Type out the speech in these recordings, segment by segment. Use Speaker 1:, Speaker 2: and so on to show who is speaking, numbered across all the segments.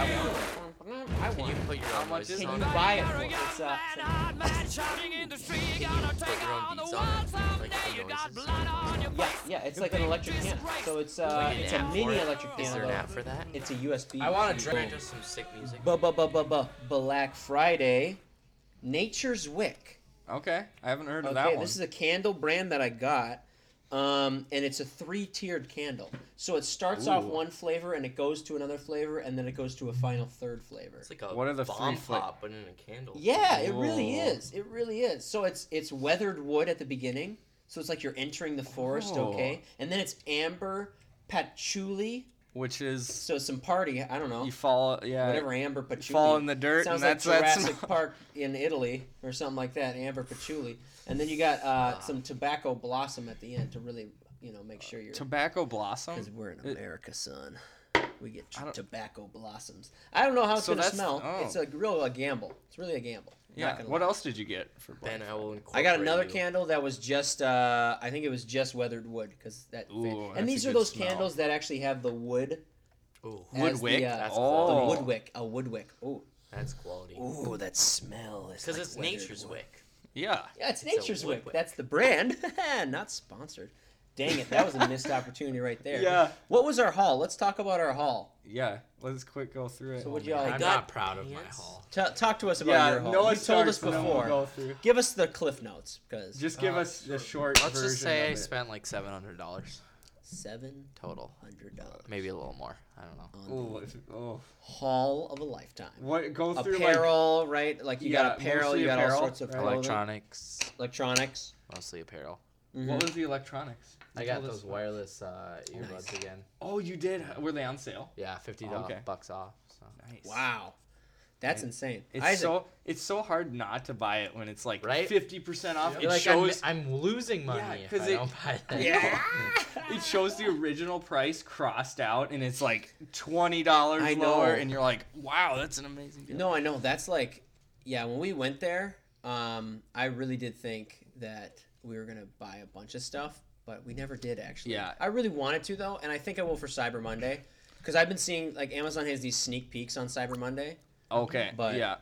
Speaker 1: I
Speaker 2: Can you
Speaker 1: want.
Speaker 2: put your
Speaker 1: How
Speaker 2: own
Speaker 1: much
Speaker 2: voices
Speaker 1: is
Speaker 2: on?
Speaker 1: it?
Speaker 3: You buy it for yourself.
Speaker 2: put your own beats on it? Like the noises?
Speaker 3: Yeah, yeah, it's like an electric piano. So it's uh,
Speaker 2: Like an
Speaker 3: it's a
Speaker 2: app for
Speaker 3: mini
Speaker 2: it?
Speaker 3: electric
Speaker 2: Is
Speaker 3: piano.
Speaker 2: there an
Speaker 3: though.
Speaker 2: app for that?
Speaker 3: It's a USB.
Speaker 1: I want a
Speaker 3: to
Speaker 1: drink.
Speaker 2: Just some sick music.
Speaker 3: Bu bu bu bu bu Black Friday, Nature's Wick.
Speaker 1: Okay, I haven't
Speaker 2: Oh,
Speaker 1: heard of that
Speaker 3: Okay,
Speaker 1: one.
Speaker 3: this is a candle brand that I got, um, and it's a three-tiered candle. So it starts off
Speaker 1: Ooh.
Speaker 3: one flavor, and it goes to another flavor, and then it goes to a final third flavor.
Speaker 2: It's like a
Speaker 1: What are the three
Speaker 2: bomb
Speaker 1: fla-
Speaker 2: pop, but in a candle.
Speaker 3: Yeah, it really
Speaker 1: Whoa.
Speaker 3: is. It really is. So it's it's weathered wood at the beginning, so it's like you're entering the forest,
Speaker 1: Oh.
Speaker 3: okay? And then it's amber patchouli,
Speaker 1: Which is
Speaker 3: so some party. I don't know.
Speaker 1: you fall, yeah.
Speaker 3: Whatever amber patchouli.
Speaker 1: fall in the dirt,
Speaker 3: Sounds
Speaker 1: and that's
Speaker 3: like
Speaker 1: that's.
Speaker 3: Jurassic Park in Italy or something like that. Amber patchouli, and then you got uh, some tobacco blossom at the end to really, you know, make sure you're.
Speaker 1: Tobacco blossom.
Speaker 3: Because we're in
Speaker 1: It-
Speaker 3: America, son. We get
Speaker 1: I don't-
Speaker 3: tobacco blossoms. I don't know how it's
Speaker 1: So
Speaker 3: gonna
Speaker 1: that's-
Speaker 3: smell.
Speaker 1: oh.
Speaker 3: It's a real a gamble. It's really a gamble. I'm not
Speaker 1: Yeah.
Speaker 3: gonna
Speaker 1: What
Speaker 3: lie.
Speaker 1: else did you get for Black
Speaker 2: Then I will
Speaker 3: I
Speaker 2: incorporate.
Speaker 3: got another
Speaker 2: you.
Speaker 3: candle that was just uh, I think it was just weathered wood because that. fit.
Speaker 1: Ooh, that's a
Speaker 3: and these are
Speaker 1: good
Speaker 3: those
Speaker 1: smell.
Speaker 3: candles that actually have the wood,
Speaker 2: Ooh,
Speaker 3: As
Speaker 1: Wood
Speaker 3: the,
Speaker 1: wick.
Speaker 3: uh, That's
Speaker 1: oh.
Speaker 3: the wood wick, a wood wick. Ooh,
Speaker 2: that's quality.
Speaker 3: ooh, that smell is.
Speaker 2: Because
Speaker 3: like
Speaker 2: it's
Speaker 3: weathered
Speaker 2: nature's
Speaker 3: wood.
Speaker 2: wick.
Speaker 1: Yeah.
Speaker 3: Yeah, it's
Speaker 2: It's a
Speaker 3: nature's
Speaker 2: wood
Speaker 3: wick.
Speaker 2: wick.
Speaker 3: That's the brand. Not sponsored. Dang it, that was a missed opportunity right there.
Speaker 1: Yeah.
Speaker 3: What was our haul? Let's talk about our haul.
Speaker 1: Yeah. Let's quick go through it.
Speaker 3: So what y'all?
Speaker 2: I
Speaker 3: Like,
Speaker 2: got
Speaker 4: not proud of my
Speaker 2: pants.
Speaker 4: haul.
Speaker 3: T- talk to us about
Speaker 1: yeah.
Speaker 3: your haul.
Speaker 1: No one
Speaker 3: you told us
Speaker 1: starts, and then we'll go
Speaker 3: before.
Speaker 1: through.
Speaker 3: Give us the cliff notes because
Speaker 1: Just give
Speaker 4: Uh,
Speaker 1: us the short
Speaker 4: Let's
Speaker 1: version
Speaker 4: just say I
Speaker 1: of it.
Speaker 4: spent like seven hundred dollars
Speaker 3: seven
Speaker 4: total,
Speaker 3: hundred dollars
Speaker 4: maybe a little more. I don't know.
Speaker 3: on
Speaker 1: Ooh, if- oh.
Speaker 3: the haul of a lifetime.
Speaker 1: What go through like
Speaker 3: apparel, right? Like you
Speaker 1: Yeah,
Speaker 3: got apparel,
Speaker 1: mostly
Speaker 3: you got
Speaker 1: apparel,
Speaker 3: all sorts of
Speaker 1: right?
Speaker 3: clothing.
Speaker 4: Electronics,
Speaker 3: electronics.
Speaker 4: mostly apparel.
Speaker 3: Mhm.
Speaker 1: what was the electronics?
Speaker 4: I
Speaker 1: You
Speaker 4: got
Speaker 1: told us-
Speaker 4: those wireless uh, earbuds again.
Speaker 1: Oh, you did. Were they on sale?
Speaker 4: Yeah, fifty
Speaker 1: Oh, okay.
Speaker 4: bucks off. So.
Speaker 1: Nice.
Speaker 3: Wow, that's insane.
Speaker 1: It's
Speaker 3: Isaac,
Speaker 1: so it's so hard not to buy it when it's like
Speaker 4: Right?
Speaker 1: fifty percent off.
Speaker 4: You're
Speaker 1: It
Speaker 4: like
Speaker 1: shows
Speaker 4: I'm, I'm losing money
Speaker 1: Yeah,
Speaker 4: if
Speaker 1: 'cause
Speaker 4: I
Speaker 1: it-
Speaker 4: don't buy that.
Speaker 3: yeah.
Speaker 1: it shows the original price crossed out, and it's like twenty dollars
Speaker 3: I know.
Speaker 1: lower, and you're like, wow, that's an amazing deal.
Speaker 3: No, I know. That's like, yeah. When we went there, um, I really did think that we were gonna buy a bunch of stuff, but we never did actually.
Speaker 1: Yeah.
Speaker 3: I really wanted to though, and I think I will for Cyber Monday, because I've been seeing like Amazon has these sneak peeks on Cyber Monday.
Speaker 1: Okay,
Speaker 3: But-
Speaker 1: yeah.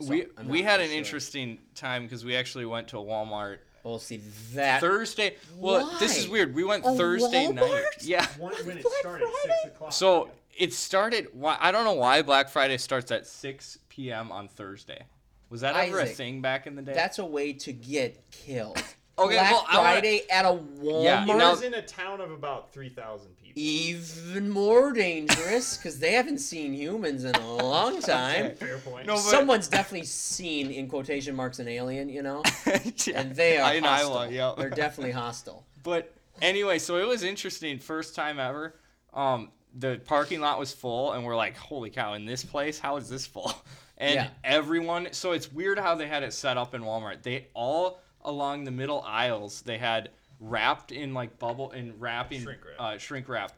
Speaker 3: So,
Speaker 1: we
Speaker 3: I'm
Speaker 1: we
Speaker 3: not
Speaker 1: had
Speaker 3: really
Speaker 1: an
Speaker 3: sure.
Speaker 1: interesting time because we actually went to Walmart
Speaker 3: We'll see that.
Speaker 1: Thursday. Well, this is
Speaker 3: Why?
Speaker 1: weird. We went
Speaker 3: A
Speaker 1: Thursday night.
Speaker 3: Walmart?
Speaker 1: Yeah.
Speaker 5: One, when it
Speaker 3: Black
Speaker 5: started,
Speaker 3: Friday?
Speaker 5: six o'clock.
Speaker 1: So it started. Why I don't know why Black Friday starts at 6 p.m. on Thursday. Was that ever a
Speaker 3: Isaac,
Speaker 1: thing back in the day?
Speaker 3: That's a way to get killed.
Speaker 1: Okay,
Speaker 3: Black
Speaker 1: well, I wanna-
Speaker 3: Friday at a Walmart.
Speaker 1: Yeah,
Speaker 5: It
Speaker 1: now-
Speaker 5: was in a town of about three thousand people.
Speaker 1: E
Speaker 3: even more dangerous because they haven't seen humans in a long time.
Speaker 5: Fair point.
Speaker 1: No, but-
Speaker 3: Someone's definitely seen, in quotation marks, an alien, you know?
Speaker 1: Yeah,
Speaker 3: And they are
Speaker 1: in
Speaker 3: hostile.
Speaker 1: Iowa, yeah.
Speaker 3: They're definitely hostile.
Speaker 1: But anyway, so it was interesting. First time ever. Um, the parking lot was full, and we're like, "Holy cow! In this place, how is this full?" And
Speaker 3: Yeah.
Speaker 1: everyone. So it's weird how they had it set up in Walmart. They all along the middle aisles. They had wrapped in like bubble and wrapping
Speaker 5: Shrink wrap.
Speaker 1: Uh, shrink wrap.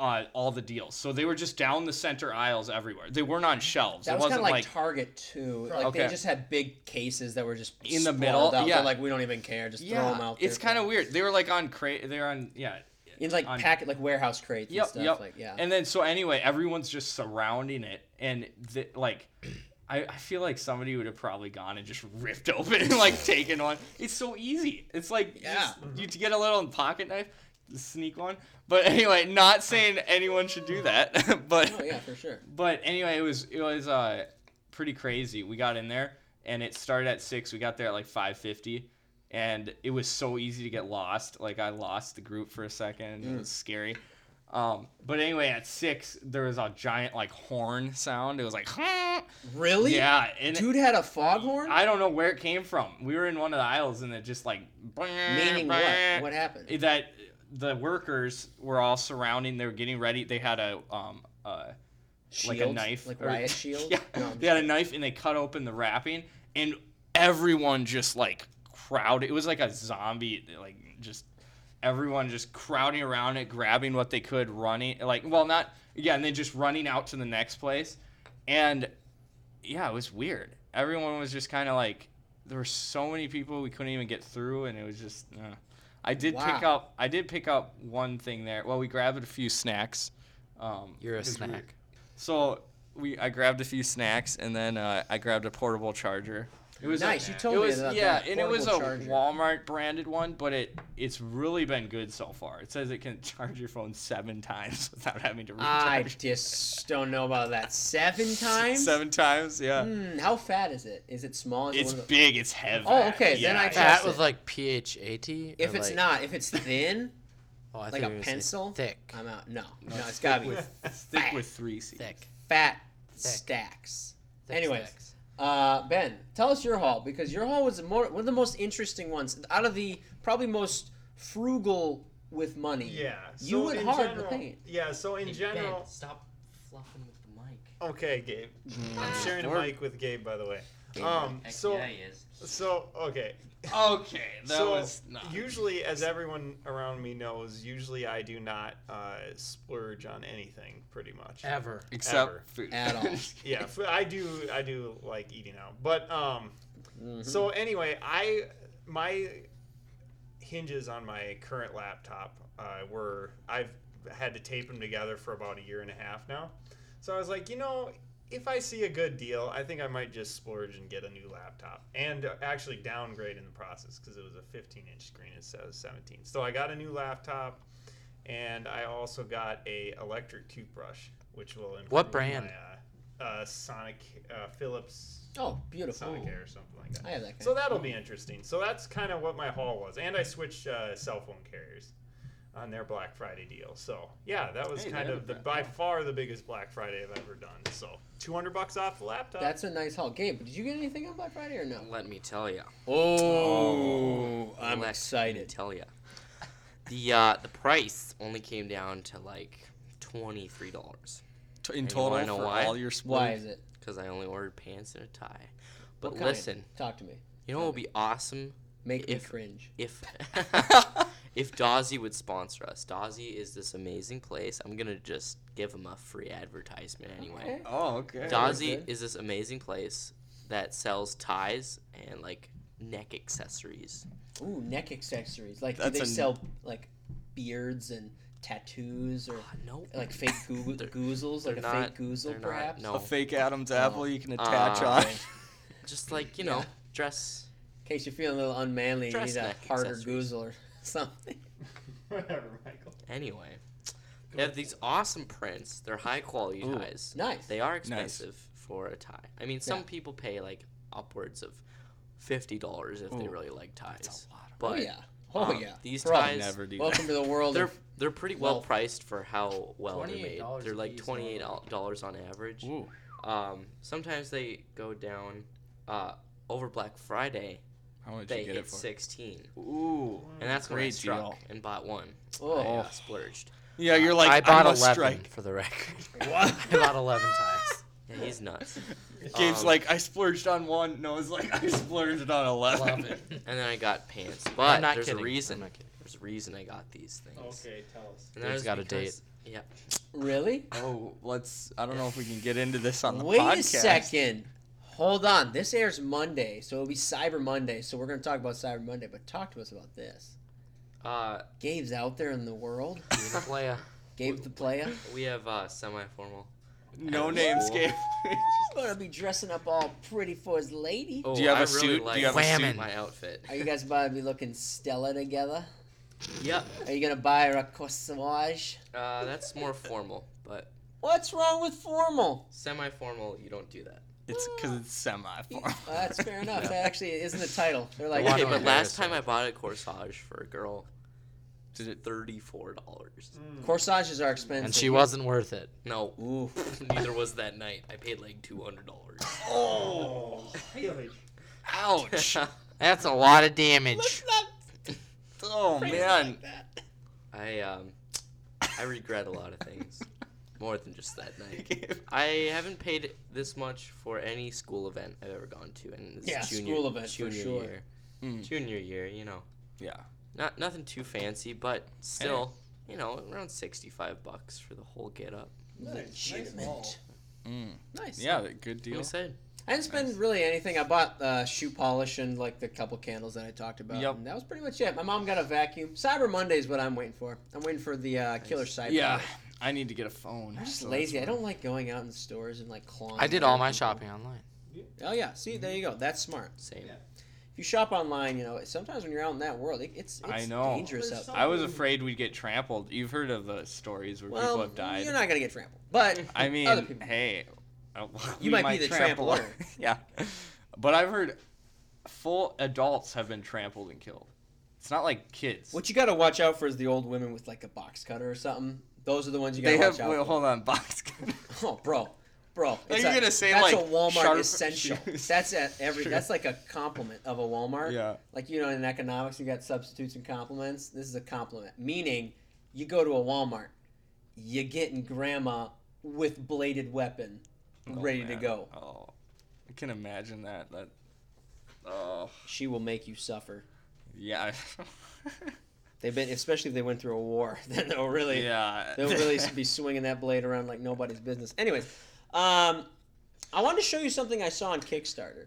Speaker 1: Uh, all the deals. So they were just down the center aisles everywhere. They weren't on shelves.
Speaker 3: That
Speaker 1: it
Speaker 3: was kind
Speaker 1: wasn't
Speaker 3: of like,
Speaker 1: like
Speaker 3: Target, too. Like,
Speaker 1: Okay.
Speaker 3: they just had big cases that were just
Speaker 1: In the
Speaker 3: sprawled
Speaker 1: middle,
Speaker 3: Out.
Speaker 1: yeah.
Speaker 3: They're like, we don't even care. Just throw them out there.
Speaker 1: it's kind of weird. They were like on crate. They're on yeah.
Speaker 3: In like
Speaker 1: on-
Speaker 3: packet, like warehouse crates
Speaker 1: Yep,
Speaker 3: and stuff.
Speaker 1: yep.
Speaker 3: Like, yeah.
Speaker 1: And then so anyway, everyone's just surrounding it, and the, like, I, I feel like somebody would have probably gone and just ripped open and like taken one. It's so easy. It's like
Speaker 3: Yeah. Mm-hmm.
Speaker 1: just- you to get a little pocket knife, sneak one. But anyway, not saying anyone should do that, but
Speaker 3: oh, yeah, for sure.
Speaker 1: but anyway, it was it was uh pretty crazy. We got in there and it started at six. We got there at like five fifty, and it was so easy to get lost. Like I lost the group for a second. It
Speaker 3: Mm.
Speaker 1: was scary. Um, but anyway, at six there was a giant like horn sound. It was like
Speaker 3: Really?
Speaker 1: yeah, and
Speaker 3: Dude had a foghorn?
Speaker 1: I don't know where it came from. We were in one of the aisles and it just like
Speaker 3: Meaning what? What happened?
Speaker 1: that the workers were all surrounding. They were getting ready. They had a um uh
Speaker 3: shield?
Speaker 1: like a knife,
Speaker 3: Like
Speaker 1: or-
Speaker 3: riot shield?
Speaker 1: Yeah,
Speaker 3: No, I'm
Speaker 1: they had a knife and they cut open the wrapping, and everyone just like crowded. It was like a zombie, like just everyone just crowding around it, grabbing what they could, running. Like, well, not yeah, and then just running out to the next place, and yeah, it was weird. Everyone was just kind of like there were so many people we couldn't even get through, and it was just. Uh, I did pick
Speaker 3: Wow.
Speaker 1: up. I did pick up one thing there. Well, we grabbed a few snacks. Um,
Speaker 4: You're a
Speaker 1: 'cause we were-
Speaker 4: snack.
Speaker 1: so we I grabbed a few snacks and then uh, I grabbed a portable charger. It was a-
Speaker 3: nice. You told
Speaker 1: it
Speaker 3: me
Speaker 1: was
Speaker 3: about
Speaker 1: yeah,
Speaker 3: that
Speaker 1: and it was a
Speaker 3: portable charger.
Speaker 1: Walmart branded one, but it it's really been good so far. It says it can charge your phone seven times without having to
Speaker 3: I
Speaker 1: recharge.
Speaker 3: just don't know about that. Seven times.
Speaker 1: Seven times, yeah.
Speaker 3: Hmm, how fat is it? Is it small? Is it
Speaker 1: It's
Speaker 3: one of the-
Speaker 1: big. It's heavy.
Speaker 3: Oh, okay, then I
Speaker 1: it's-
Speaker 3: trust
Speaker 4: Fat with
Speaker 3: it.
Speaker 4: like pH eighty.
Speaker 3: if it's not, if it's thin,
Speaker 4: oh, I
Speaker 3: like
Speaker 4: thought
Speaker 3: a
Speaker 4: you were gonna say
Speaker 3: pencil? Um,
Speaker 4: thick.
Speaker 3: I'm out. No, no, it's gotta be
Speaker 1: Stick with three C.
Speaker 4: thick.
Speaker 3: fat stacks.
Speaker 4: Thick
Speaker 3: Anyways,
Speaker 4: stacks.
Speaker 3: uh, Ben, tell us your haul because your haul was the more, one of the most interesting ones out of the probably most frugal with
Speaker 1: E.
Speaker 3: money.
Speaker 5: Yeah.
Speaker 3: You
Speaker 5: so
Speaker 3: went
Speaker 5: in
Speaker 3: hard with
Speaker 5: general,
Speaker 3: paint.
Speaker 5: Yeah. So in
Speaker 2: Hey,
Speaker 5: general,
Speaker 2: Ben, stop fluffing with the mic.
Speaker 5: okay, Gabe.
Speaker 1: Mm.
Speaker 5: I'm sharing a
Speaker 1: Or-
Speaker 5: mic with Gabe, by the way. Um.
Speaker 2: Heck
Speaker 1: E
Speaker 5: So.
Speaker 2: yeah, he is.
Speaker 5: So okay.
Speaker 1: Okay, that
Speaker 5: so
Speaker 1: was not.
Speaker 5: usually, as everyone around me knows, usually I do not uh, splurge on anything, pretty much.
Speaker 4: Ever.
Speaker 1: except
Speaker 5: ever.
Speaker 1: food.
Speaker 3: At all.
Speaker 5: yeah, f- I do. I do like eating out, but um.
Speaker 4: Mm-hmm.
Speaker 3: Mhm.
Speaker 5: So anyway, I my hinges on my current laptop uh, were I've had to tape them together for about a year and a half now. So I was like, you know, if I see a good deal, I think I might just splurge and get a new laptop and actually downgrade in the process because it was a 15 inch screen instead of 17. So I got a new laptop and I also got a electric toothbrush, which will improve
Speaker 4: What brand?
Speaker 5: My, uh, uh, Sonic uh, Philips
Speaker 3: Oh, beautiful.
Speaker 5: Sonic Air or something like that.
Speaker 3: I have that. Kind
Speaker 5: So that'll be interesting. So that's kind of what my haul was, and I switched uh, cell phone carriers on their Black Friday deal. So yeah, that was
Speaker 1: Hey,
Speaker 5: kind
Speaker 1: that
Speaker 5: of the
Speaker 1: is-
Speaker 5: by far the biggest Black Friday I've ever done. So 200 bucks off the laptop.
Speaker 3: That's a nice haul. Gabe, did you get anything on Black Friday or no?
Speaker 2: Let me tell you.
Speaker 3: Oh, I'm
Speaker 2: Let me
Speaker 3: excited.
Speaker 2: tell you. The uh, the price only came down to like twenty three dollars
Speaker 1: T- in
Speaker 2: And you wanna
Speaker 1: total
Speaker 2: know
Speaker 1: for
Speaker 2: why?
Speaker 1: all your splurge.
Speaker 3: Why is it?
Speaker 2: because I only ordered pants and a tie.
Speaker 3: What
Speaker 2: But
Speaker 3: kind?
Speaker 2: listen,
Speaker 3: talk to me.
Speaker 2: you know what would be awesome
Speaker 3: Make me
Speaker 2: If-
Speaker 3: cringe.
Speaker 2: if if Dazzy would sponsor us. Dazzy is this amazing place. I'm gonna just give him a free advertisement anyway.
Speaker 3: Okay.
Speaker 1: Oh, okay.
Speaker 3: Dog-
Speaker 2: Dazzy
Speaker 3: good.
Speaker 2: is this amazing place that sells ties and like neck accessories.
Speaker 3: Ooh, neck accessories. Like, do
Speaker 1: That's
Speaker 3: they
Speaker 1: a-
Speaker 3: sell like beards and tattoos or
Speaker 2: Ah, no,
Speaker 3: like fake goo-
Speaker 2: They're-
Speaker 3: goozles, like a
Speaker 2: they're not-
Speaker 3: fake goozle,
Speaker 2: they're not-
Speaker 3: perhaps?
Speaker 2: no.
Speaker 1: A fake Adam's apple you can attach
Speaker 2: Uh,
Speaker 1: on.
Speaker 3: Oh. Ah, Okay.
Speaker 2: just like you know,
Speaker 3: Yeah.
Speaker 2: dress.
Speaker 3: In case you're feeling a little unmanly, you
Speaker 2: Dress
Speaker 3: need a
Speaker 2: neck
Speaker 3: harder
Speaker 2: accessories.
Speaker 3: goozle or something.
Speaker 5: Whatever, Michael.
Speaker 2: Anyway, they have these awesome prints. They're high quality
Speaker 1: Ooh.
Speaker 2: ties.
Speaker 3: Nice.
Speaker 2: They are expensive for a tie. I mean, some
Speaker 3: Yeah.
Speaker 2: people pay like upwards of fifty dollars if they
Speaker 1: Ooh.
Speaker 2: really like ties. But
Speaker 3: oh yeah. Oh
Speaker 2: um,
Speaker 3: yeah.
Speaker 2: these
Speaker 3: Bro,
Speaker 2: ties
Speaker 1: Never do
Speaker 3: Welcome to the world.
Speaker 2: they're
Speaker 3: of,
Speaker 2: they're pretty well
Speaker 3: Well-
Speaker 2: priced for how well they're made.
Speaker 4: $28
Speaker 2: They're like
Speaker 4: apiece,
Speaker 2: twenty eight
Speaker 4: normally.
Speaker 2: dollars on average.
Speaker 1: that. Ooh.
Speaker 2: Um, sometimes they go down. Uh, over Black Friday,
Speaker 1: How much
Speaker 2: they
Speaker 1: you get it
Speaker 2: hit
Speaker 1: for?
Speaker 2: sixteen,
Speaker 1: Ooh.
Speaker 2: and that's when I
Speaker 1: Great
Speaker 2: struck
Speaker 1: deal.
Speaker 2: and bought one.
Speaker 3: oh,
Speaker 2: I, uh,
Speaker 1: Oh.
Speaker 2: splurged.
Speaker 1: Yeah, you're like
Speaker 4: I bought
Speaker 1: a
Speaker 4: eleven
Speaker 1: strike.
Speaker 4: for the record.
Speaker 1: What?
Speaker 4: I bought eleven ties.
Speaker 2: Yeah, he's nuts.
Speaker 1: Gabe's
Speaker 2: Um,
Speaker 1: like I splurged on one. Noah's like I splurged on eleven.
Speaker 2: and then I got pants. But
Speaker 4: I'm not
Speaker 2: there's
Speaker 4: kidding.
Speaker 2: a reason.
Speaker 4: I'm not kidding.
Speaker 2: There's a reason I got these things.
Speaker 5: tell us.
Speaker 2: And that
Speaker 4: Dave's
Speaker 2: was
Speaker 4: got a
Speaker 2: because- Yeah.
Speaker 3: really?
Speaker 1: oh, let's. I don't know if we can get into this on the
Speaker 3: Wait
Speaker 1: podcast.
Speaker 3: a second. Hold on. This airs Monday, so it'll be Cyber Monday. So we're gonna talk about Cyber Monday, but talk to us about this.
Speaker 2: Uh,
Speaker 3: Gabe's out there in the world.
Speaker 4: You need a player.
Speaker 3: Gabe the player.
Speaker 2: we have uh, semi-formal.
Speaker 1: No
Speaker 2: Cool.
Speaker 1: names, Gabe.
Speaker 3: He's gonna be dressing up all pretty for his lady.
Speaker 2: Oh,
Speaker 1: Do you have
Speaker 2: I
Speaker 1: a
Speaker 2: really
Speaker 1: suit? Do
Speaker 2: Like
Speaker 1: you have
Speaker 4: a suit?
Speaker 2: My outfit.
Speaker 3: Are you guys about to be looking Stella together?
Speaker 2: yep.
Speaker 3: Are you gonna buy her a corsage?
Speaker 2: Uh, that's more formal, but
Speaker 3: What's wrong with formal?
Speaker 2: semi-formal, you don't do that.
Speaker 1: it's because it's semi formal.
Speaker 3: Well, that's fair enough. That actually isn't the title. They're like,
Speaker 4: Why
Speaker 2: okay,
Speaker 4: don't
Speaker 2: but
Speaker 4: I
Speaker 2: last
Speaker 4: embarrass
Speaker 2: time I bought a corsage for a girl,
Speaker 1: Did it?
Speaker 2: thirty-four dollars.
Speaker 3: Mm. corsages are expensive.
Speaker 4: And she wasn't worth it.
Speaker 2: No,
Speaker 3: Ooh.
Speaker 2: neither was that night. I paid like two hundred dollars.
Speaker 5: Oh,
Speaker 1: Ouch.
Speaker 4: That's a lot of damage.
Speaker 1: oh man.
Speaker 2: I um, I regret a lot of things, more than just that night.
Speaker 1: Gabe,
Speaker 2: I haven't paid this much for any school event I've ever gone to, and it's
Speaker 3: Yeah,
Speaker 2: junior,
Speaker 3: school event for
Speaker 2: junior
Speaker 3: sure.
Speaker 2: year,
Speaker 1: Mm.
Speaker 2: junior year, you know,
Speaker 1: Yeah.
Speaker 2: not nothing too fancy, but still, you know, around sixty-five bucks for the whole get-up.
Speaker 3: Legitimate.
Speaker 1: Mm.
Speaker 3: Nice.
Speaker 1: Yeah. Good
Speaker 2: Let
Speaker 1: deal.
Speaker 2: me say,
Speaker 3: I didn't spend
Speaker 1: Nice.
Speaker 3: really anything. I bought uh, shoe polish and like the couple candles that I talked about.
Speaker 1: Yep.
Speaker 3: And that was pretty much it. My mom got a vacuum. Cyber Monday is what I'm waiting for. I'm waiting for the uh, killer cyber.
Speaker 1: Yeah.
Speaker 3: Monday.
Speaker 1: I need to get a phone.
Speaker 3: I'm just
Speaker 1: so that's
Speaker 3: lazy. I
Speaker 1: why.
Speaker 3: don't like going out in stores and like clawing.
Speaker 4: I did all my
Speaker 3: people.
Speaker 4: shopping online.
Speaker 3: Oh yeah, see there you go. That's smart.
Speaker 2: Same.
Speaker 5: Yeah.
Speaker 3: If you shop online, you know sometimes when you're out in that world, it, it's, it's
Speaker 1: I know.
Speaker 3: dangerous
Speaker 5: There's
Speaker 3: out.
Speaker 5: some-
Speaker 1: I was afraid we'd get trampled. You've heard of the stories where
Speaker 3: well,
Speaker 1: people have died.
Speaker 3: you're not gonna get trampled, but
Speaker 1: I mean,
Speaker 3: other people.
Speaker 1: hey, uh,
Speaker 3: You
Speaker 1: we
Speaker 3: might be the
Speaker 1: trample-
Speaker 3: trampler.
Speaker 1: yeah, but I've heard full adults have been trampled and killed. It's not like kids.
Speaker 3: what you gotta watch out for is the old women with like a box cutter or something. Those are the ones you gotta
Speaker 1: they have?
Speaker 3: watch out.
Speaker 1: Wait,
Speaker 3: for.
Speaker 1: hold on, box. cutter.
Speaker 3: Oh, bro, bro.
Speaker 1: Like,
Speaker 3: it's
Speaker 1: you're
Speaker 3: a-
Speaker 1: gonna say,
Speaker 3: that's
Speaker 1: like,
Speaker 3: a Walmart
Speaker 1: sharp
Speaker 3: essential.
Speaker 1: shoes.
Speaker 3: That's at every.
Speaker 1: Sure.
Speaker 3: That's like a compliment of a Walmart.
Speaker 1: Yeah.
Speaker 3: Like you know, in economics, you got substitutes and complements. This is a compliment, meaning you go to a Walmart, you're getting grandma with bladed weapon,
Speaker 1: Oh,
Speaker 3: ready to
Speaker 1: man.
Speaker 3: go.
Speaker 1: Oh, I can imagine that. That. Oh,
Speaker 3: She will make you suffer.
Speaker 1: yeah.
Speaker 3: They've been, especially if they went through a war, then they'll really,
Speaker 1: yeah.
Speaker 3: they'll really be swinging that blade around like nobody's business. Anyways, um, I wanted to show you something I saw on Kickstarter.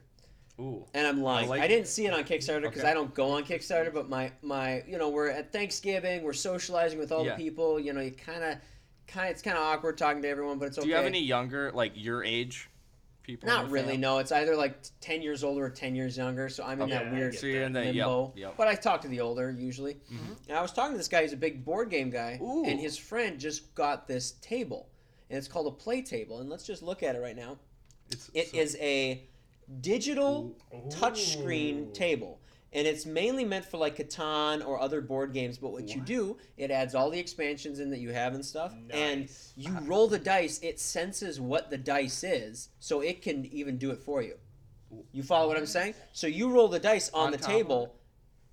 Speaker 1: Ooh.
Speaker 3: And I'm lying. I,
Speaker 1: I like
Speaker 3: didn't see it on Kickstarter because
Speaker 1: Okay.
Speaker 3: I don't go on Kickstarter. But my my, you know, we're at Thanksgiving. We're socializing with all
Speaker 1: Yeah.
Speaker 3: the people. You know, you kind of, kind it's kind of awkward talking to everyone, but it's okay.
Speaker 1: Do you have any younger, like your age, people? in
Speaker 3: Not
Speaker 1: your
Speaker 3: really.
Speaker 1: fam-
Speaker 3: No, it's either like t- ten years older or ten years younger. So I'm in
Speaker 5: Okay.
Speaker 3: that weird
Speaker 5: Yeah,
Speaker 1: So you're in that.
Speaker 3: limbo.
Speaker 1: Yep. Yep. Mm-hmm.
Speaker 3: But I talk to the older usually. And I was talking to this guy. He's a big board game guy,
Speaker 1: Ooh.
Speaker 3: and his friend just got this table, and it's called a play table. And let's just look at it right now.
Speaker 1: It's,
Speaker 3: It is a digital touchscreen
Speaker 5: Ooh.
Speaker 3: table. And it's mainly meant for like Catan or other board games, but what, you do, it adds all the expansions in that you have and stuff. And
Speaker 5: Nice.
Speaker 3: you roll the dice, it senses what the dice is, so it can even do it for you. You follow what I'm saying? So you roll the dice on,
Speaker 1: On
Speaker 3: the
Speaker 1: top of
Speaker 3: table,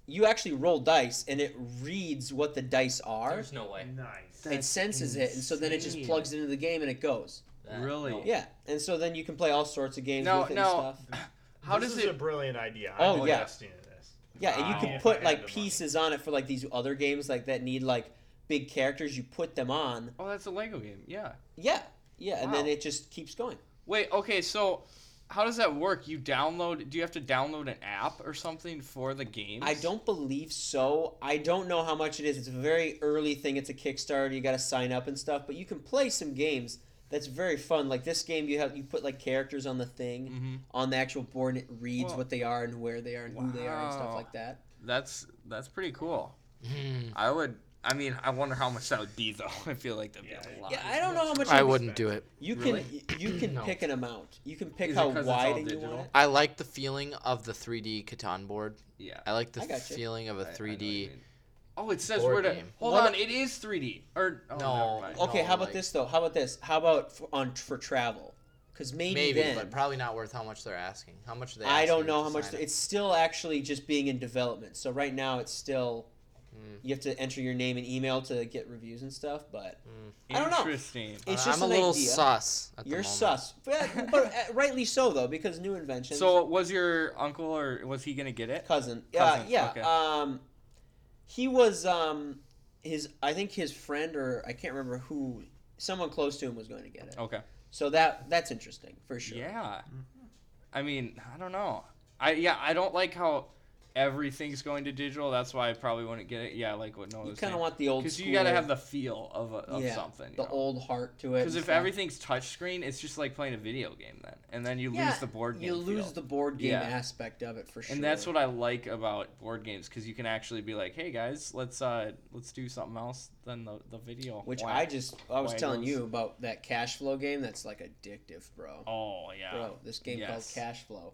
Speaker 3: you actually roll dice, and it reads what the dice are.
Speaker 2: There's no way.
Speaker 5: Nice.
Speaker 3: It senses it, and so then it just
Speaker 1: insane.
Speaker 3: plugs into the game and it goes.
Speaker 2: That-
Speaker 1: Really?
Speaker 2: no.
Speaker 3: Yeah, and so then you can play all sorts of games
Speaker 1: No,
Speaker 3: with it
Speaker 1: no.
Speaker 3: and stuff.
Speaker 1: How
Speaker 5: this
Speaker 1: does
Speaker 5: is
Speaker 1: it?
Speaker 5: a brilliant idea.
Speaker 3: Oh,
Speaker 5: I'm
Speaker 3: yeah.
Speaker 5: investing in this.
Speaker 3: Yeah, and you
Speaker 1: Wow.
Speaker 3: can
Speaker 5: If I
Speaker 3: put
Speaker 5: had
Speaker 3: like
Speaker 5: the money.
Speaker 3: pieces on it for like these other games like that need like big characters. You put them on.
Speaker 1: Oh, that's a Lego game. Yeah.
Speaker 3: Yeah, yeah, and then
Speaker 1: Wow.
Speaker 3: it just keeps going.
Speaker 1: Wait. Okay. So, how does that work? You download? Do you have to download an app or something for the game?
Speaker 3: I don't believe so. I don't know how much it is. It's a very early thing. It's a Kickstarter. You got to sign up and stuff, but you can play some games. That's very fun. Like this game, you have you put like characters on the thing
Speaker 1: Mhm.
Speaker 3: on the actual board, and it reads
Speaker 1: Well-
Speaker 3: what they are and where they are and who they are and stuff
Speaker 1: Wow.
Speaker 3: like that.
Speaker 1: That's that's pretty cool.
Speaker 4: Hmm.
Speaker 1: I would. I mean, I wonder how much that would be though. I feel like that'd be
Speaker 5: Yeah.
Speaker 1: a lot.
Speaker 3: Yeah, I don't know how much
Speaker 4: I
Speaker 3: it-
Speaker 4: wouldn't do it.
Speaker 3: You can
Speaker 1: Really?
Speaker 3: y- you can
Speaker 4: No.
Speaker 3: pick an amount. You can pick
Speaker 1: Is it
Speaker 3: how
Speaker 1: 'cause it's all
Speaker 3: wide you
Speaker 1: digital?
Speaker 3: want it.
Speaker 4: I like the feeling of the 3D Catan board.
Speaker 1: Yeah.
Speaker 4: I like the
Speaker 3: I gotcha.
Speaker 4: feeling of a
Speaker 1: I- I know what
Speaker 4: 3D.
Speaker 1: you mean. Oh, it says
Speaker 4: board
Speaker 1: where to.
Speaker 4: game.
Speaker 1: Hold
Speaker 3: What-
Speaker 1: on, it is 3D. Or oh,
Speaker 4: No.
Speaker 1: never mind.
Speaker 3: Okay,
Speaker 4: No,
Speaker 3: how about
Speaker 4: like-
Speaker 3: this though? How about this? How about for, on for travel? Because maybe,
Speaker 4: Maybe,
Speaker 3: then
Speaker 4: but probably not worth how much they're asking. How much are they?
Speaker 3: I don't
Speaker 4: asking
Speaker 3: know
Speaker 4: to
Speaker 3: how much.
Speaker 4: sign
Speaker 3: th-
Speaker 4: up?
Speaker 3: It's still actually just being in development. So right now, it's still
Speaker 4: Hmm.
Speaker 3: you have to enter your name and email to get reviews and stuff. But I don't know.
Speaker 1: Interesting.
Speaker 3: it's
Speaker 4: Mm. Uh, I'm
Speaker 3: just
Speaker 4: a
Speaker 3: an
Speaker 4: little
Speaker 3: idea.
Speaker 4: sus. At the
Speaker 3: you're
Speaker 4: moment.
Speaker 3: sus, but, but uh, rightly so though, because new inventions.
Speaker 1: So was your uncle or was he gonna get it?
Speaker 3: cousin, yeah,
Speaker 1: Cousin,
Speaker 3: yeah.
Speaker 1: okay.
Speaker 3: Um, he was um, his I think his friend or I can't remember who, someone close to him was going to
Speaker 4: Oh.
Speaker 3: get it.
Speaker 1: Okay.
Speaker 3: So that that's interesting for sure.
Speaker 1: Yeah. I mean, I don't know. I yeah, I don't like how everything's going to digital. That's why I probably wouldn't get it. Yeah, I like what Noah
Speaker 3: You
Speaker 1: was
Speaker 3: kind of
Speaker 1: saying.
Speaker 3: want the old
Speaker 1: Because you gotta
Speaker 3: school-
Speaker 1: have the feel of, a, of something.
Speaker 3: The old heart to it.
Speaker 1: Because
Speaker 3: and
Speaker 1: if
Speaker 3: stuff.
Speaker 1: everything's touchscreen, it's just like playing a video game then, and then you
Speaker 3: Yeah,
Speaker 1: lose the board game.
Speaker 3: you lose
Speaker 1: feel.
Speaker 3: the board game
Speaker 1: Yeah.
Speaker 3: aspect of it for sure.
Speaker 1: And that's what I like about board games because you can actually be like, "Hey guys, let's uh let's do something else than the, the video."
Speaker 3: which
Speaker 1: Why-
Speaker 3: I just I was
Speaker 1: why
Speaker 3: telling
Speaker 1: goes-
Speaker 3: you about that cash flow game. That's like addictive, bro.
Speaker 1: Oh yeah.
Speaker 3: bro, this game called
Speaker 1: yes.
Speaker 3: Cash Flow.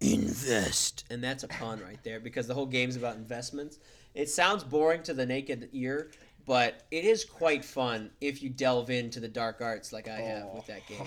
Speaker 3: Invest, and that's a pun right there because the whole game's about investments. It sounds boring to the naked ear, but it is quite fun if you delve into the dark arts like I have
Speaker 1: Oh.
Speaker 3: with that game.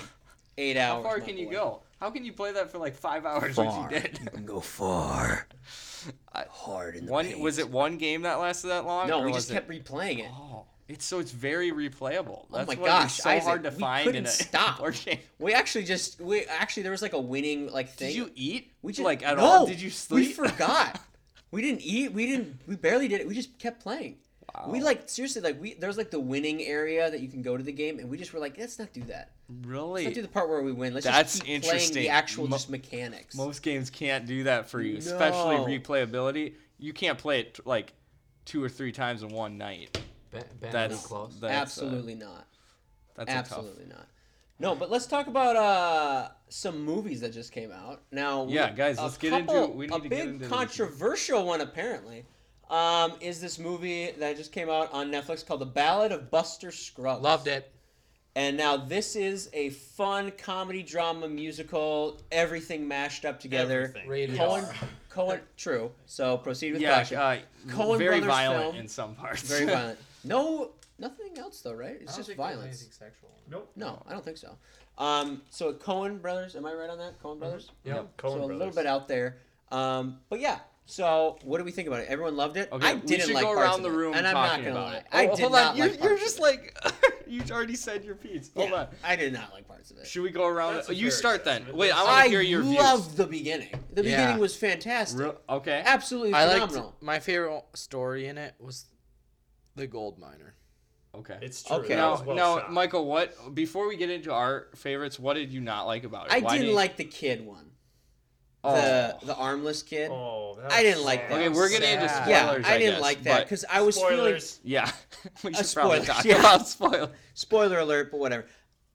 Speaker 3: Eight hours.
Speaker 1: How far
Speaker 3: my
Speaker 1: can you
Speaker 3: boy.
Speaker 1: go? How can you play that for like five hours? Which you did.
Speaker 3: can go far.
Speaker 1: I-
Speaker 3: Hard in
Speaker 1: One was
Speaker 3: paint.
Speaker 1: it one game that lasted that long?
Speaker 3: No,
Speaker 1: or
Speaker 3: we
Speaker 1: was
Speaker 3: just
Speaker 1: it-
Speaker 3: kept replaying it.
Speaker 1: Oh, it's so it's very replayable. That's
Speaker 3: my
Speaker 1: what
Speaker 3: gosh,
Speaker 1: is so
Speaker 3: Isaac,
Speaker 1: hard to
Speaker 3: we
Speaker 1: find
Speaker 3: couldn't
Speaker 1: in a
Speaker 3: stop.
Speaker 1: board game.
Speaker 3: We actually just we actually there was like a winning like thing.
Speaker 1: Did you eat?
Speaker 3: We just
Speaker 1: like at
Speaker 3: no,
Speaker 1: all? Did you sleep?
Speaker 3: We forgot. we didn't eat. We didn't. We barely did it. We just kept playing. We
Speaker 1: Wow.
Speaker 3: like seriously like we there's like the winning area that you can go to the game and we just were like let's not do that. Let's not do
Speaker 1: really.
Speaker 3: the part where we win. Let's
Speaker 1: That's
Speaker 3: just keep playing the
Speaker 1: interesting.
Speaker 3: actual
Speaker 1: Mo-
Speaker 3: just mechanics.
Speaker 1: Most games can't do that for you, especially
Speaker 3: No.
Speaker 1: replayability. You can't play it like two or three times in one night.
Speaker 2: Ben, ben
Speaker 1: That's-
Speaker 2: close.
Speaker 1: that- That's, uh,
Speaker 3: Absolutely not.
Speaker 1: That's A tough.
Speaker 3: Absolutely not. No, but let's talk about uh, some movies that just came out. Now, we-
Speaker 1: Yeah, guys,
Speaker 3: a
Speaker 1: let's get into- we need
Speaker 3: a
Speaker 1: to get
Speaker 3: big
Speaker 1: into this.
Speaker 3: controversial one apparently. Um, is this movie that just came out on Netflix called The Ballad of Buster Scruggs?
Speaker 4: Loved it.
Speaker 3: And now this is a fun comedy drama musical, everything mashed up together.
Speaker 5: Everything.
Speaker 4: Rated
Speaker 3: Cohen,
Speaker 4: R.
Speaker 3: Cohen, true. So proceed with
Speaker 1: Yeah,
Speaker 3: caution.
Speaker 1: uh,
Speaker 3: Coen
Speaker 1: very
Speaker 3: Brothers
Speaker 1: violent
Speaker 3: film.
Speaker 1: in some parts.
Speaker 3: Very violent. No, nothing else though, right? It's just violence.
Speaker 4: sexual.
Speaker 5: Nope.
Speaker 3: No, I don't think so. Um, so Cohen Brothers, am I right on that?
Speaker 1: Mm-hmm.
Speaker 3: Cohen Brothers.
Speaker 5: Yep.
Speaker 3: so a little bit out there. Um, but yeah. So what do we think about it? Everyone loved it.
Speaker 1: Okay,
Speaker 3: I
Speaker 1: we
Speaker 3: didn't
Speaker 1: should
Speaker 3: like
Speaker 1: go
Speaker 3: parts
Speaker 1: around
Speaker 3: of
Speaker 1: the
Speaker 3: it,
Speaker 1: room
Speaker 3: and I'm
Speaker 1: talking
Speaker 3: not gonna
Speaker 1: about
Speaker 3: lie.
Speaker 1: it.
Speaker 3: I
Speaker 1: Oh,
Speaker 3: did
Speaker 1: hold
Speaker 3: not
Speaker 1: on. You're,
Speaker 3: like
Speaker 1: you're
Speaker 3: parts
Speaker 1: just
Speaker 3: of it.
Speaker 1: like you already said your piece. Hold
Speaker 3: Yeah,
Speaker 1: on.
Speaker 3: I did not like parts of it.
Speaker 1: Should we go around?
Speaker 5: That's a
Speaker 1: You
Speaker 5: fair
Speaker 1: start then.
Speaker 5: assessment.
Speaker 1: Wait, I want
Speaker 3: I
Speaker 1: to hear your
Speaker 3: loved the beginning. The
Speaker 4: Yeah.
Speaker 3: beginning was fantastic.
Speaker 1: views. Re- Okay.
Speaker 3: Absolutely
Speaker 4: I liked
Speaker 3: phenomenal.
Speaker 4: my favorite story in it was the gold miner.
Speaker 1: Okay.
Speaker 5: It's true.
Speaker 3: Okay.
Speaker 5: That
Speaker 1: Now,
Speaker 5: was well
Speaker 1: now,
Speaker 5: shot.
Speaker 1: Michael, what before we get into our favorites, what did you not like about it?
Speaker 3: I
Speaker 1: Why
Speaker 3: didn't
Speaker 1: you-
Speaker 3: like the kid one.
Speaker 1: Oh.
Speaker 3: The the armless kid.
Speaker 5: Oh, that
Speaker 3: I
Speaker 5: was
Speaker 3: didn't like
Speaker 5: sad.
Speaker 3: that.
Speaker 1: Okay, we're getting into
Speaker 4: Sad.
Speaker 1: spoilers.
Speaker 3: yeah, I,
Speaker 1: I
Speaker 3: didn't
Speaker 1: guess,
Speaker 3: like that
Speaker 1: but-
Speaker 3: because I was feeling
Speaker 5: Spoilers.
Speaker 1: yeah, we
Speaker 3: Uh,
Speaker 1: should probably
Speaker 3: spoilers,
Speaker 1: talk
Speaker 3: yeah.
Speaker 1: about spoilers.
Speaker 3: spoiler alert, but whatever.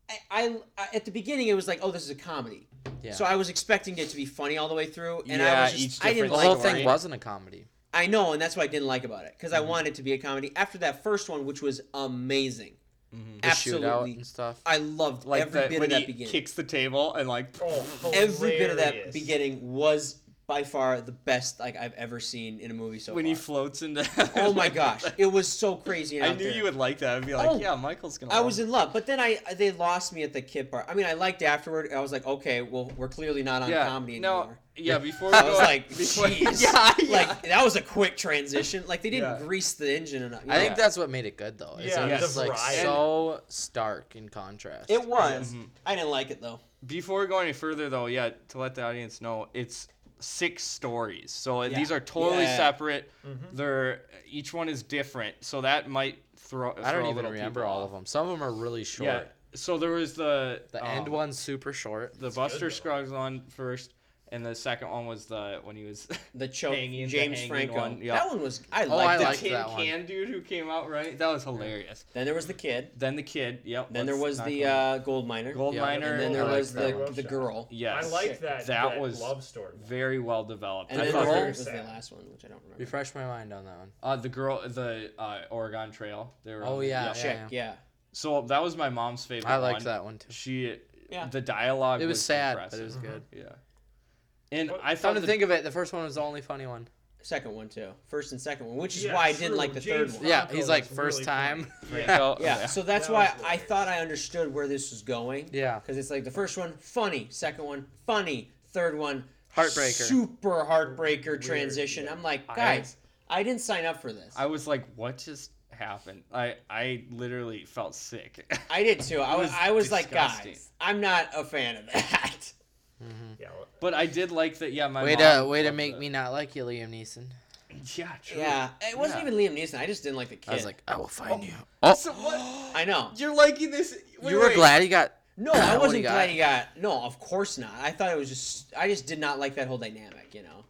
Speaker 3: I, I, I at the beginning it was like, oh, this is a comedy.
Speaker 4: Yeah.
Speaker 3: So I was expecting it to be funny all the way through, and I
Speaker 1: Yeah,
Speaker 3: was just,
Speaker 1: each
Speaker 3: I didn't
Speaker 4: The
Speaker 1: different
Speaker 3: like.
Speaker 4: whole
Speaker 1: Like,
Speaker 4: thing
Speaker 1: right?
Speaker 4: wasn't a comedy.
Speaker 3: I know, and that's what I didn't like about it because
Speaker 1: Mm-hmm.
Speaker 3: I wanted it to be a comedy. After that first one, which was amazing,
Speaker 1: Mm-hmm.
Speaker 4: The shootout
Speaker 3: absolutely,
Speaker 4: and stuff.
Speaker 3: I loved
Speaker 1: Like
Speaker 3: every
Speaker 1: that,
Speaker 3: bit
Speaker 1: when
Speaker 3: of that
Speaker 1: he
Speaker 3: beginning.
Speaker 1: kicks the table and like.
Speaker 5: Oh,
Speaker 3: every bit of that
Speaker 5: hilarious.
Speaker 3: beginning was by far the best like I've ever seen in a movie so
Speaker 1: when
Speaker 3: far.
Speaker 1: he floats into.
Speaker 3: oh my gosh, it was so crazy. And
Speaker 1: I
Speaker 3: out
Speaker 1: knew
Speaker 3: there.
Speaker 1: you would like that. I'd be like,
Speaker 3: Oh,
Speaker 1: yeah, Michael's gonna.
Speaker 3: I
Speaker 1: love
Speaker 3: was
Speaker 1: it."
Speaker 3: in love, but then I they lost me at the kid part. I mean, I liked afterward. I was like, okay, well, we're clearly not on
Speaker 1: yeah,
Speaker 3: comedy
Speaker 1: no,
Speaker 3: anymore.
Speaker 1: yeah. Before we
Speaker 3: I was
Speaker 1: go-
Speaker 3: like,
Speaker 1: before-
Speaker 3: jeez,
Speaker 1: yeah, yeah.
Speaker 3: like that was a quick transition. Like they didn't
Speaker 1: Yeah.
Speaker 3: grease the engine enough. you
Speaker 4: I
Speaker 3: know?
Speaker 4: think that's what made it good though. Is
Speaker 5: Yeah,
Speaker 4: it
Speaker 1: Yes.
Speaker 4: was
Speaker 5: the
Speaker 4: like
Speaker 5: variety.
Speaker 4: so stark in contrast.
Speaker 3: it was.
Speaker 1: Mm-hmm.
Speaker 3: I didn't like it though.
Speaker 1: before we go any further though yeah to let the audience know it's six stories so uh,
Speaker 3: Yeah.
Speaker 1: these are totally
Speaker 3: Yeah.
Speaker 1: separate they're each one is different so that might throw
Speaker 4: I don't
Speaker 1: throw a
Speaker 4: even
Speaker 1: little
Speaker 4: remember
Speaker 1: people
Speaker 4: all
Speaker 1: off.
Speaker 4: of them. Some of them are really short.
Speaker 1: yeah so there was the
Speaker 4: The
Speaker 1: um,
Speaker 4: end one's super short.
Speaker 1: the
Speaker 5: good,
Speaker 1: buster
Speaker 5: though.
Speaker 1: scruggs one first and the second one was the when he was
Speaker 3: The choke,
Speaker 1: Hanging, the
Speaker 3: James
Speaker 1: hanging
Speaker 3: Franco.
Speaker 1: one, yeah.
Speaker 3: That one was. I liked
Speaker 4: I
Speaker 3: it.
Speaker 1: the
Speaker 4: liked
Speaker 1: tin
Speaker 4: that one.
Speaker 1: can dude who came out right that was hilarious
Speaker 3: Then there was the kid.
Speaker 1: then the kid yep
Speaker 3: Then there
Speaker 1: let's
Speaker 3: was
Speaker 1: not
Speaker 3: the
Speaker 1: go-
Speaker 3: uh, gold miner.
Speaker 1: gold
Speaker 4: Yeah,
Speaker 1: miner
Speaker 3: and then there
Speaker 4: I
Speaker 3: was
Speaker 4: liked that
Speaker 3: the
Speaker 4: one.
Speaker 3: the girl.
Speaker 1: yes
Speaker 5: I like that.
Speaker 1: that was
Speaker 5: love story.
Speaker 1: very well developed
Speaker 3: And
Speaker 1: I
Speaker 3: then
Speaker 1: thought
Speaker 3: there
Speaker 5: was
Speaker 1: there-
Speaker 5: very
Speaker 3: was the
Speaker 5: sad.
Speaker 3: last one, which I don't remember.
Speaker 4: Refresh my mind on that one.
Speaker 1: Uh, the girl, the uh, Oregon Trail. They were on
Speaker 4: Oh,
Speaker 1: the-
Speaker 4: yeah, yeah.
Speaker 3: Check. Yeah.
Speaker 1: So that was my mom's favorite.
Speaker 4: I
Speaker 1: one.
Speaker 4: liked that one too.
Speaker 1: She,
Speaker 3: Yeah.
Speaker 1: the dialogue.
Speaker 4: It was sad,
Speaker 1: impressive.
Speaker 4: but it was good.
Speaker 1: Yeah. And
Speaker 5: Well,
Speaker 1: I
Speaker 4: Come
Speaker 1: thought
Speaker 4: to
Speaker 1: the,
Speaker 4: think of it, the first one was the only funny one.
Speaker 3: Second one too. First and second one, which is
Speaker 5: Yeah,
Speaker 3: why I didn't
Speaker 5: true.
Speaker 3: like the
Speaker 5: James
Speaker 3: third one.
Speaker 4: Yeah,
Speaker 5: Franco
Speaker 4: he's like
Speaker 5: was
Speaker 4: first
Speaker 5: really
Speaker 4: time.
Speaker 5: funny.
Speaker 1: Yeah.
Speaker 3: Yeah, so that's
Speaker 5: That
Speaker 3: why
Speaker 5: was
Speaker 3: I
Speaker 5: hilarious.
Speaker 3: thought I understood where this was going.
Speaker 4: Yeah.
Speaker 3: Because it's like the first one, funny. Second one, funny. Third one,
Speaker 4: Heartbreaker.
Speaker 3: Super heartbreaker transition. I'm like,
Speaker 1: I-
Speaker 3: guys, I, didn't sign up for this.
Speaker 1: I
Speaker 3: I,
Speaker 1: was like, what just happened? I I literally felt sick.
Speaker 3: did too. I was,
Speaker 1: was
Speaker 3: I was like,
Speaker 1: disgusting.
Speaker 3: guys, I'm not a fan of that.
Speaker 5: Yeah, well,
Speaker 1: but I did like that. Yeah, my
Speaker 4: Way
Speaker 1: mom
Speaker 4: to way to
Speaker 1: loved
Speaker 4: make
Speaker 1: it.
Speaker 4: me not like you, Liam Neeson.
Speaker 1: Yeah. True.
Speaker 3: yeah, it wasn't
Speaker 1: Yeah.
Speaker 3: even Liam Neeson. I just didn't like the kid.
Speaker 4: I was like, I will find you. Oh,
Speaker 1: So what?
Speaker 3: I know.
Speaker 1: You're liking this? Wait,
Speaker 4: you were
Speaker 1: wait.
Speaker 4: glad he got.
Speaker 3: No, I
Speaker 4: What
Speaker 3: wasn't
Speaker 4: he got?
Speaker 3: glad he got. No, of course not. I thought it was just. I just did not like that whole dynamic. You know,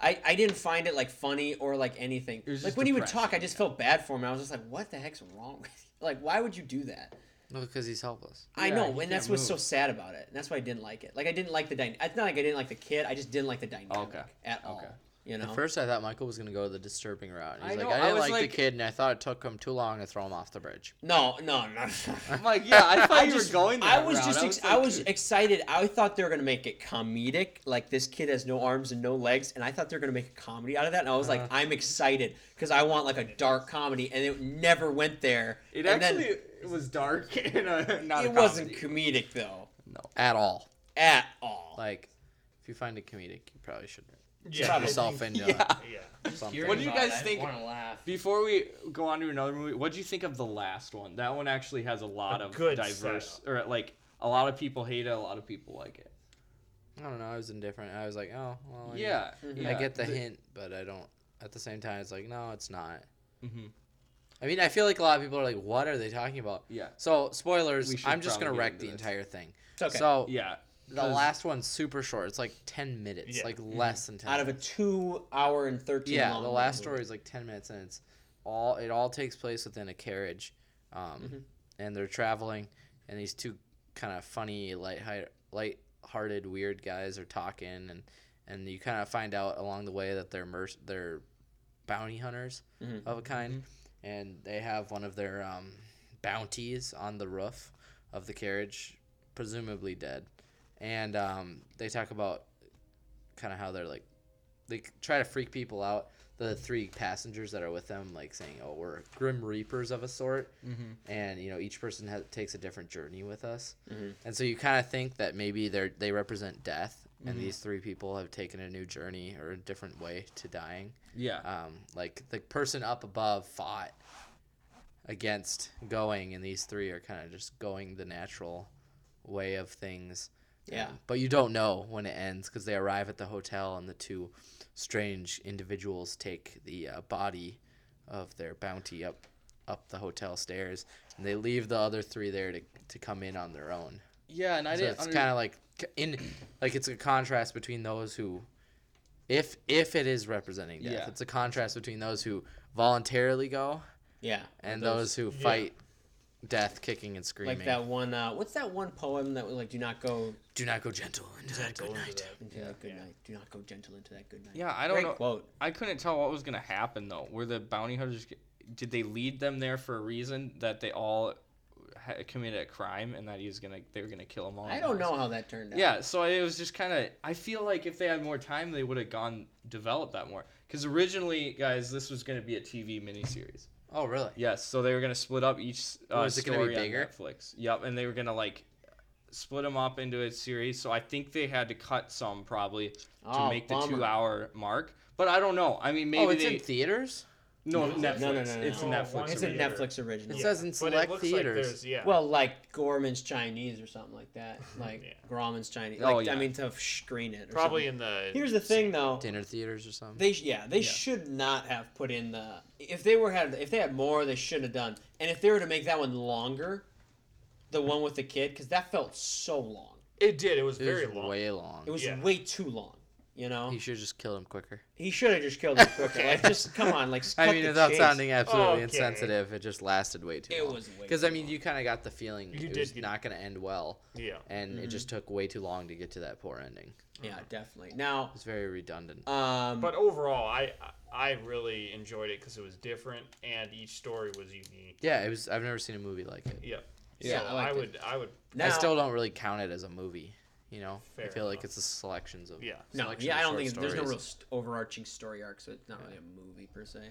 Speaker 3: I I didn't find it like funny or like anything.
Speaker 1: was
Speaker 3: Like
Speaker 1: just
Speaker 3: when he would
Speaker 1: depressing,
Speaker 3: talk, I just felt bad for him. I was just like, what the heck's wrong with you? Like, why would you do that?
Speaker 4: No, because he's helpless.
Speaker 3: I
Speaker 1: Yeah,
Speaker 3: know,
Speaker 1: he
Speaker 3: and
Speaker 1: can't
Speaker 3: that's what's so
Speaker 1: move.
Speaker 3: sad about it. And that's why I didn't like it. Like I didn't like the dynamic. It's not like I didn't like the kid. I just didn't like the dynamic
Speaker 1: Okay.
Speaker 3: at all.
Speaker 1: Okay.
Speaker 3: You know.
Speaker 4: At first, I thought Michael was gonna go the disturbing route. He's
Speaker 1: I
Speaker 4: like,
Speaker 1: know,
Speaker 4: I
Speaker 1: I
Speaker 4: didn't
Speaker 1: was
Speaker 4: like,
Speaker 1: like-
Speaker 4: the kid, and I thought it took him too long to throw him off the bridge.
Speaker 3: no, no, no. no.
Speaker 1: I'm like, yeah, I thought you
Speaker 3: just-
Speaker 1: were going. That
Speaker 3: I was
Speaker 1: route.
Speaker 3: just, ex-
Speaker 1: like,
Speaker 3: I was
Speaker 1: dude.
Speaker 3: excited. I thought they were gonna make it comedic, like this kid has no arms and no legs, and I thought they were gonna make a comedy out of that. And I was
Speaker 4: Uh-huh.
Speaker 3: like, I'm excited because I want like a dark comedy, and it never went there.
Speaker 1: It
Speaker 3: And then
Speaker 1: actually it was dark and uh, not.
Speaker 3: it
Speaker 1: a
Speaker 3: wasn't
Speaker 1: comedy.
Speaker 3: comedic though
Speaker 4: No, at all.
Speaker 3: at all.
Speaker 4: Like, if you find it comedic, you probably should
Speaker 5: yeah,
Speaker 4: put
Speaker 5: I
Speaker 4: yourself
Speaker 5: think-
Speaker 4: into
Speaker 1: Yeah.
Speaker 5: Yeah.
Speaker 4: something.
Speaker 1: What do you guys think?
Speaker 3: want to laugh.
Speaker 1: Before we go on to another movie, what do you think of the last one? That one actually has a lot
Speaker 5: A
Speaker 1: of
Speaker 5: good
Speaker 1: diverse,
Speaker 5: setup.
Speaker 1: or like a lot of people hate it, a lot of people like it.
Speaker 4: I don't know. I was indifferent. I was like, oh, well, I-
Speaker 1: Yeah, Mm-hmm.
Speaker 4: I
Speaker 1: yeah.
Speaker 4: get the, hint, but I don't. At the same time, it's like, no, it's not.
Speaker 1: Mhm.
Speaker 4: I mean, I feel like a lot of people are like, what are they talking about?
Speaker 1: Yeah.
Speaker 4: So
Speaker 1: We
Speaker 4: spoilers.
Speaker 1: should
Speaker 4: I'm just gonna
Speaker 1: probably get
Speaker 4: wreck
Speaker 1: into
Speaker 4: the
Speaker 1: this.
Speaker 4: entire thing.
Speaker 3: It's okay.
Speaker 4: So
Speaker 1: Yeah,
Speaker 4: the
Speaker 1: 'cause- Mm-hmm.
Speaker 4: last one's super short. It's like ten minutes,
Speaker 5: Yeah.
Speaker 4: like less than ten.
Speaker 3: out of a
Speaker 4: minutes.
Speaker 3: two hour and thirteen.
Speaker 4: yeah,
Speaker 3: long
Speaker 4: the last
Speaker 3: movie.
Speaker 4: story is like ten minutes, and it's all it all takes place within a carriage, um,
Speaker 3: Mm-hmm.
Speaker 4: and they're traveling, and these two kind of funny, light light hearted, weird guys are talking, and and you kind of find out along the way that they're merc- they're bounty hunters
Speaker 3: Mm-hmm.
Speaker 4: of a kind, and they have one of their um, bounties on the roof of the carriage, presumably dead, and um, they talk about kind of how they're like they c- try to freak people out the three passengers that are with them like saying oh we're grim reapers of a sort mm-hmm. and you know each person has, takes a different journey with us and so you kind of think that maybe they're they represent death and these three people have taken a new journey or a different way to dying
Speaker 1: Yeah.
Speaker 3: Uh,
Speaker 4: um, like the person up above fought against going and these three are kind of just going the natural way of things
Speaker 3: Yeah.
Speaker 4: Um, but you don't know when it ends because they arrive at the hotel and the two strange individuals take the uh, body of their bounty up up the hotel stairs and they leave the other three there to, to come in on their own
Speaker 1: yeah, and I
Speaker 4: so
Speaker 1: didn't.
Speaker 4: it's
Speaker 1: under-
Speaker 4: kind of like c- in like it's a contrast between those who if if it is representing death
Speaker 1: Yeah.
Speaker 4: it's a contrast between those who voluntarily go
Speaker 3: Yeah.
Speaker 4: and those, who fight death kicking and screaming
Speaker 3: Like that one. Uh, what's that one poem that was like, "Do not go
Speaker 4: do not go gentle into that good night
Speaker 3: into that good night. Do not go gentle into that good night."
Speaker 1: Yeah, I don't
Speaker 3: Great
Speaker 1: know.
Speaker 3: quote.
Speaker 1: I couldn't tell what was gonna happen though. Were the bounty hunters? Did they lead them there for a reason that they all ha- committed a crime and that he was gonna they were gonna kill them all?
Speaker 4: Oh,
Speaker 3: I don't know how that turned out.
Speaker 1: Yeah, so it was just kind of. I feel like if they had more time, they would have gone developed that more. Because originally, guys, this was gonna be a TV miniseries.
Speaker 4: oh really
Speaker 1: Yes, so they were gonna split up each uh,
Speaker 4: Was it gonna be
Speaker 1: story
Speaker 4: bigger?
Speaker 1: on Netflix. Yep, and they were gonna like split them up into a series. So I think they had to cut some probably to
Speaker 3: Oh,
Speaker 1: make the
Speaker 3: bummer.
Speaker 1: two-hour mark. But I don't know. I mean, maybe
Speaker 4: oh it's
Speaker 1: they
Speaker 4: in theaters
Speaker 1: no, Netflix.
Speaker 3: no, no, Oh, no,
Speaker 1: It's
Speaker 3: no.
Speaker 1: Netflix.
Speaker 5: It's
Speaker 3: It's
Speaker 5: a
Speaker 3: a
Speaker 1: original.
Speaker 3: Netflix original.
Speaker 4: It says in
Speaker 5: But it
Speaker 4: select
Speaker 5: looks like
Speaker 4: theaters
Speaker 5: there's- yeah.
Speaker 3: Well, like Gorman's Chinese or something like that. Like
Speaker 5: Yeah.
Speaker 3: Grauman's Chinese. Like,
Speaker 1: Oh, yeah.
Speaker 3: I mean, to screen it. Or
Speaker 5: probably
Speaker 3: something.
Speaker 5: in the.
Speaker 3: Here's the thing, though.
Speaker 4: dinner theaters or something
Speaker 3: They sh- yeah, they should not have put in the. If they were had if they had more, they should have done. And if they were to make that one longer, the one with the kid, because that felt so long.
Speaker 5: It did. It was
Speaker 4: it
Speaker 5: very
Speaker 4: was
Speaker 5: long.
Speaker 4: way long
Speaker 3: It was
Speaker 5: Yeah.
Speaker 3: way too long. You know,
Speaker 4: he should have just killed him quicker
Speaker 3: he should have just killed him quicker. Like, just come on, like.
Speaker 4: I
Speaker 3: cut
Speaker 4: mean,
Speaker 3: the
Speaker 4: without
Speaker 3: chase.
Speaker 4: sounding absolutely
Speaker 5: Okay.
Speaker 4: insensitive, it just lasted way too
Speaker 3: It
Speaker 4: long.
Speaker 3: was way
Speaker 4: because
Speaker 3: too
Speaker 4: I mean, you kind of got the feeling
Speaker 5: You
Speaker 4: it
Speaker 5: did
Speaker 4: was
Speaker 5: get-
Speaker 4: not going to end well,
Speaker 5: Yeah.
Speaker 4: and it
Speaker 5: Mm.
Speaker 4: just took way too long to get to that poor ending.
Speaker 3: Yeah, definitely. Now,
Speaker 4: It was very redundant.
Speaker 3: um,
Speaker 5: But overall, I I really enjoyed it because it was different and each story was unique.
Speaker 4: Yeah, it was. I've never seen a movie like it.
Speaker 5: Yep.
Speaker 3: Yeah,
Speaker 5: so
Speaker 3: I
Speaker 5: I,
Speaker 3: liked it.
Speaker 5: would I would
Speaker 3: now,
Speaker 4: I still don't really count it as a movie. You know, I
Speaker 5: Fair
Speaker 4: feel like
Speaker 5: enough.
Speaker 4: it's the selections of
Speaker 5: Yeah.
Speaker 3: No,
Speaker 4: selection
Speaker 3: yeah,
Speaker 4: of
Speaker 3: I don't
Speaker 4: short
Speaker 3: think there's no
Speaker 4: stories.
Speaker 3: real st- overarching story arc, so it's not really a movie per se.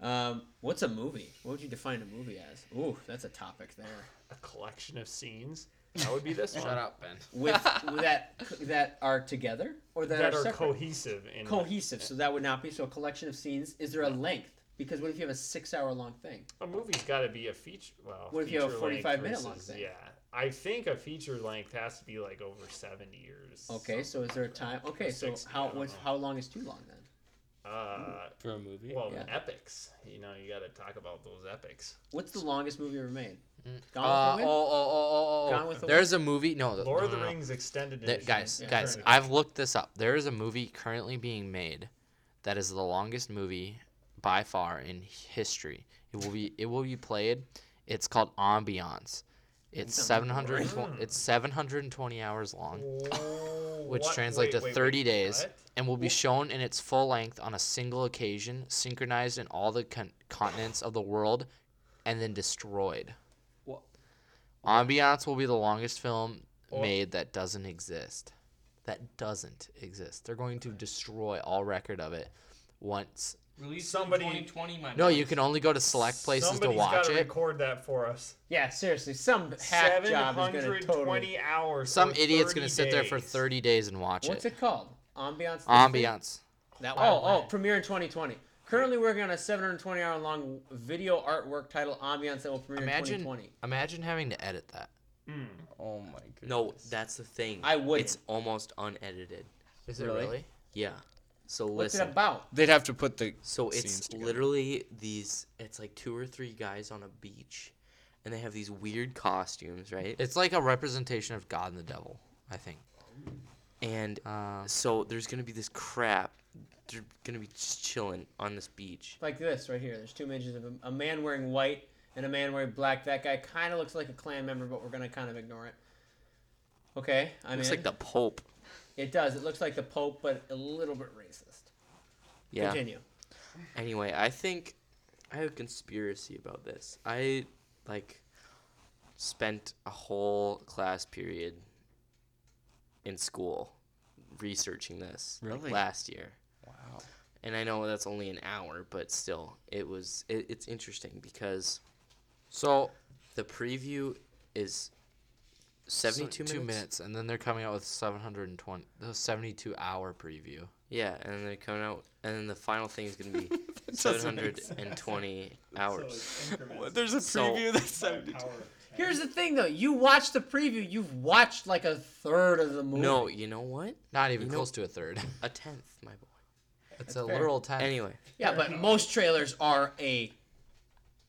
Speaker 3: Um, what's a movie? What would you define a movie as? Ooh, that's a topic there.
Speaker 5: a collection of scenes. That would be this one.
Speaker 4: Shut up, Ben.
Speaker 3: With that that are together or that,
Speaker 5: That
Speaker 3: are,
Speaker 5: are
Speaker 3: separate?
Speaker 5: cohesive and
Speaker 3: cohesive. So that would not be so. A collection of scenes. Is there a length? Because what if you have a six-hour-long thing?
Speaker 5: a movie's got to be a feature. Well,
Speaker 3: What if you have a
Speaker 5: feature length
Speaker 3: 45 minute long
Speaker 5: versus-
Speaker 3: thing?
Speaker 5: Yeah, I think a feature length has to be like over seventy years.
Speaker 3: Okay, so is there a time? Okay, so
Speaker 5: Six, I
Speaker 3: how
Speaker 5: don't
Speaker 3: what's,
Speaker 5: know.
Speaker 3: how long is too long then?
Speaker 5: Uh,
Speaker 1: for a movie.
Speaker 5: well,
Speaker 3: Yeah.
Speaker 5: epics. You know, you got to talk about those epics.
Speaker 3: What's the longest movie ever made?
Speaker 4: Uh,
Speaker 3: Gone with the
Speaker 4: oh, oh,
Speaker 3: Wind?
Speaker 4: oh,
Speaker 3: Gone
Speaker 4: oh,
Speaker 3: with the
Speaker 4: oh. There's a movie. No, the-
Speaker 5: Lord
Speaker 4: no,
Speaker 5: of the
Speaker 4: no, no.
Speaker 5: Rings extended
Speaker 4: Th-
Speaker 5: edition.
Speaker 4: guys,
Speaker 5: is
Speaker 4: guys,
Speaker 5: current.
Speaker 4: I've looked this up. There is a movie currently being made that is the longest movie by far in history. It will be it will be played. It's called Ambiance. It's seven hundred it's seven hundred and twenty hours long,
Speaker 5: Oh,
Speaker 4: which
Speaker 5: what-
Speaker 4: translates
Speaker 5: wait,
Speaker 4: to
Speaker 5: wait,
Speaker 4: thirty
Speaker 5: wait,
Speaker 4: days,
Speaker 5: what?
Speaker 4: and will be shown in its full length on a single occasion, synchronized in all the con- continents of the world, and then destroyed.
Speaker 1: What?
Speaker 4: Ambiance will be the longest film made that doesn't exist. That doesn't exist. They're going to destroy all record of it once.
Speaker 1: Release
Speaker 5: Somebody-
Speaker 1: in 2020. My
Speaker 4: No, you can only go to select places
Speaker 5: Somebody's
Speaker 4: to watch
Speaker 5: gotta
Speaker 4: it.
Speaker 5: record that for us.
Speaker 3: Yeah, seriously, some hack
Speaker 5: Seven
Speaker 3: job is
Speaker 5: hundred
Speaker 3: gonna
Speaker 5: twenty
Speaker 3: totally.
Speaker 5: hours.
Speaker 4: Some
Speaker 5: or
Speaker 4: idiot's
Speaker 5: 30
Speaker 4: gonna sit there for
Speaker 5: days.
Speaker 4: 30 days and watch
Speaker 3: What's
Speaker 4: it.
Speaker 3: it called? Ambiance. the thing?
Speaker 4: Ambiance.
Speaker 3: That oh, oh, premiere in 2020. Currently working on a 720 hour long video artwork titled Ambiance that will premiere in
Speaker 4: Imagine,
Speaker 3: 2020.
Speaker 4: imagine having to edit that.
Speaker 1: Oh my goodness.
Speaker 2: No, that's the thing.
Speaker 3: I wouldn't.
Speaker 2: It's almost unedited.
Speaker 4: Is
Speaker 1: it Really? really?
Speaker 2: Yeah. So
Speaker 3: What's
Speaker 2: listen.
Speaker 3: it about?
Speaker 1: They'd have to put the.
Speaker 2: So
Speaker 1: scenes
Speaker 2: it's
Speaker 1: together.
Speaker 2: literally these. It's like two or three guys on a beach, and they have these weird costumes, right?
Speaker 4: It's like a representation of God and the devil, I think.
Speaker 2: and
Speaker 4: Uh,
Speaker 2: so there's gonna be this crap they're gonna be just chilling on this beach.
Speaker 3: Like this right here. There's two images of a, a man wearing white and a man wearing black. That guy kind of looks like a clan member, but we're gonna kind of ignore it. Okay, I mean,
Speaker 2: Looks like the Pope.
Speaker 3: it does. It looks like the Pope, but a little bit racist.
Speaker 2: Yeah.
Speaker 3: Continue.
Speaker 2: Anyway, I think I have a conspiracy about this. I like spent a whole class period in school researching this like,
Speaker 1: Really?
Speaker 2: last year.
Speaker 1: Wow.
Speaker 2: and I know that's only an hour, but still, it was it, it's interesting because so the preview is
Speaker 4: So,
Speaker 2: 72
Speaker 4: two
Speaker 2: minutes.
Speaker 4: minutes, and then they're coming out with 720, the 72 hour preview.
Speaker 2: Yeah, and then they're coming out and then the final thing is going to be
Speaker 1: doesn't make
Speaker 2: 720
Speaker 5: So
Speaker 2: hours.
Speaker 5: it's increments
Speaker 1: There's a
Speaker 2: So-
Speaker 1: preview that's
Speaker 5: by a
Speaker 1: 72.
Speaker 5: power of 10.
Speaker 3: Here's the thing, though. You watched the preview. You've watched like a third of the movie.
Speaker 2: No, you know what?
Speaker 4: Not even
Speaker 2: You know-
Speaker 4: close to a third.
Speaker 2: A tenth, my boy.
Speaker 4: it's a literal time.
Speaker 2: Anyway,
Speaker 3: Yeah, but most trailers are a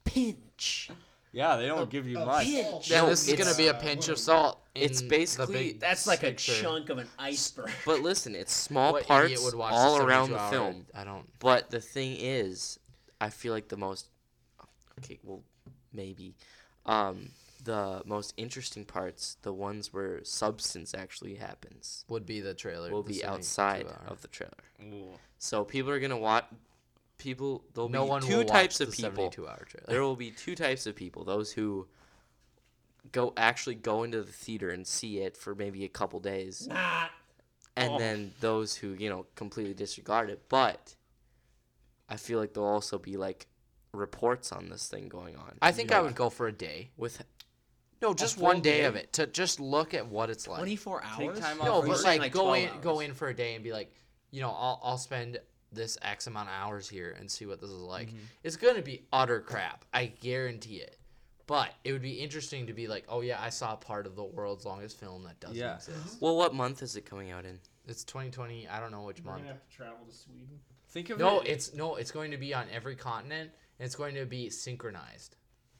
Speaker 3: pinch.
Speaker 1: Yeah, they don't give you much.
Speaker 3: Pinch.
Speaker 4: Yeah,
Speaker 2: No,
Speaker 4: this is
Speaker 2: it's-
Speaker 4: gonna be a pinch of salt.
Speaker 2: it's
Speaker 4: in the
Speaker 2: basically-
Speaker 4: big
Speaker 3: That's like a
Speaker 4: picture.
Speaker 3: chunk of an iceberg.
Speaker 2: but listen, it's small
Speaker 4: What idiot
Speaker 2: parts
Speaker 4: would watch
Speaker 2: all
Speaker 4: the
Speaker 2: around the
Speaker 4: 72 hour?
Speaker 2: film.
Speaker 4: I don't.
Speaker 2: But the thing is, I feel like the most okay, well, maybe um, the most interesting parts, the ones where substance actually happens,
Speaker 4: Would be the trailer.
Speaker 2: will
Speaker 4: the
Speaker 2: be
Speaker 4: 72
Speaker 2: outside
Speaker 4: hour.
Speaker 2: of the trailer.
Speaker 1: Ooh.
Speaker 2: So people are gonna watch. People, there'll
Speaker 4: No
Speaker 2: be
Speaker 4: one
Speaker 2: two
Speaker 4: will
Speaker 2: types
Speaker 4: watch
Speaker 2: of
Speaker 4: the
Speaker 2: people.
Speaker 4: 72 hour trailer.
Speaker 2: There will be two types of people: those who go actually go into the theater and see it for maybe a couple days,
Speaker 3: Ah,
Speaker 2: and
Speaker 1: Oh.
Speaker 2: then those who you know completely disregard it. But I feel like there'll also be like reports on this thing going on.
Speaker 4: I think I would go for a day.
Speaker 2: with
Speaker 4: No, just
Speaker 1: full
Speaker 4: one day,
Speaker 1: day?
Speaker 4: of it to just look at what it's like.
Speaker 3: 24 hours.
Speaker 1: Take time
Speaker 4: No,
Speaker 1: off
Speaker 4: but
Speaker 1: work.
Speaker 4: like, go
Speaker 3: 12
Speaker 4: in, go
Speaker 3: hours.
Speaker 4: in for a day and be like, you know, I'll I'll spend this X amount of hours here and see what this is like. It's gonna be utter crap, I guarantee it. But it would be interesting to be like, oh yeah, I saw part of the world's longest film that doesn't
Speaker 1: Yeah.
Speaker 5: Mm-hmm.
Speaker 4: exist.
Speaker 2: well, what month is it coming out in?
Speaker 4: It's 2020. I don't know which
Speaker 5: We're
Speaker 4: month.
Speaker 5: gonna have to travel to Sweden.
Speaker 1: Think of
Speaker 4: No,
Speaker 1: it.
Speaker 4: it's no, it's going to be on every continent and it's going to be synchronized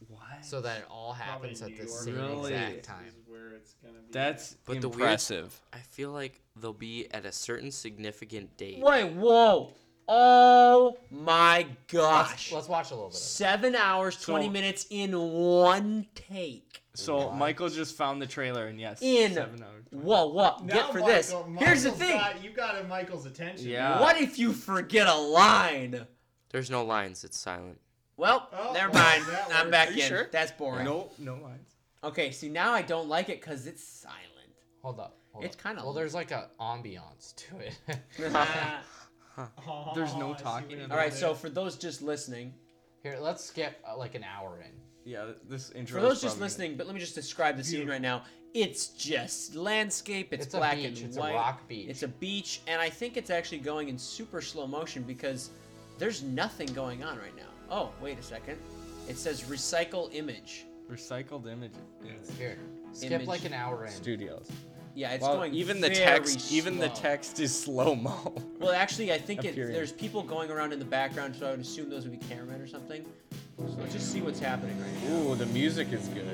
Speaker 1: What?
Speaker 4: so that it all
Speaker 5: Probably
Speaker 4: happens at
Speaker 5: New
Speaker 4: the
Speaker 5: York
Speaker 4: same
Speaker 1: Really?
Speaker 4: exact
Speaker 5: is
Speaker 4: time.
Speaker 5: where it's gonna be.
Speaker 1: That's
Speaker 2: But the weird-
Speaker 1: impressive.
Speaker 2: I feel like they'll be at a certain significant date.
Speaker 3: Wait, whoa. Oh my gosh.
Speaker 4: Let's watch a little bit. Of it.
Speaker 3: Seven hours, 20
Speaker 1: So-
Speaker 3: minutes in one take.
Speaker 1: so Michael just found the trailer, and yes,
Speaker 3: In.
Speaker 1: seven hours.
Speaker 3: Whoa, whoa.
Speaker 5: Now
Speaker 3: Get for
Speaker 5: Michael-
Speaker 3: this. Here's the
Speaker 5: Michael's
Speaker 3: thing.
Speaker 5: got- you got Michael's attention.
Speaker 1: Yeah.
Speaker 3: What if you forget a line?
Speaker 2: There's no lines. It's silent.
Speaker 3: Well,
Speaker 5: Oh,
Speaker 3: never
Speaker 5: well,
Speaker 3: mind.
Speaker 5: that
Speaker 3: I'm
Speaker 5: works.
Speaker 3: back
Speaker 1: Are you
Speaker 3: in.
Speaker 1: sure?
Speaker 3: That's boring.
Speaker 1: No, no lines.
Speaker 3: Okay, see, now I don't like it because it's silent.
Speaker 4: Hold up. Hold
Speaker 3: It's
Speaker 4: up.
Speaker 3: kinda
Speaker 4: well. There's like a ambiance to it.
Speaker 3: Uh,
Speaker 5: Oh,
Speaker 1: There's no
Speaker 5: I see
Speaker 1: talking
Speaker 5: what you
Speaker 1: about
Speaker 3: All right,
Speaker 5: did.
Speaker 3: so for those just listening,
Speaker 4: Here, let's skip uh, like an hour in.
Speaker 1: Yeah, th- this
Speaker 3: for
Speaker 1: intro. is
Speaker 3: those just
Speaker 1: probably-
Speaker 3: listening, but let me just describe the scene right now. It's just landscape. It's,
Speaker 4: It's a
Speaker 3: black
Speaker 4: beach,
Speaker 3: and
Speaker 4: it's a
Speaker 3: white.
Speaker 4: rock beach.
Speaker 3: It's a beach, and I think it's actually going in super slow motion because there's nothing going on right now. Oh, wait a second. It says recycle image.
Speaker 1: recycled images.
Speaker 4: Here, skip
Speaker 3: Image.
Speaker 4: like an hour in.
Speaker 1: Studios.
Speaker 3: Yeah, it's
Speaker 1: Well,
Speaker 3: going
Speaker 1: even the
Speaker 3: very
Speaker 1: text, even the
Speaker 3: slow.
Speaker 1: text is slow mo.
Speaker 3: Well, actually, I think it,
Speaker 1: Appearing.
Speaker 3: there's people going around in the background, so I would assume those would be cameramen or something. So let's just see what's happening right
Speaker 1: Ooh, the music is good.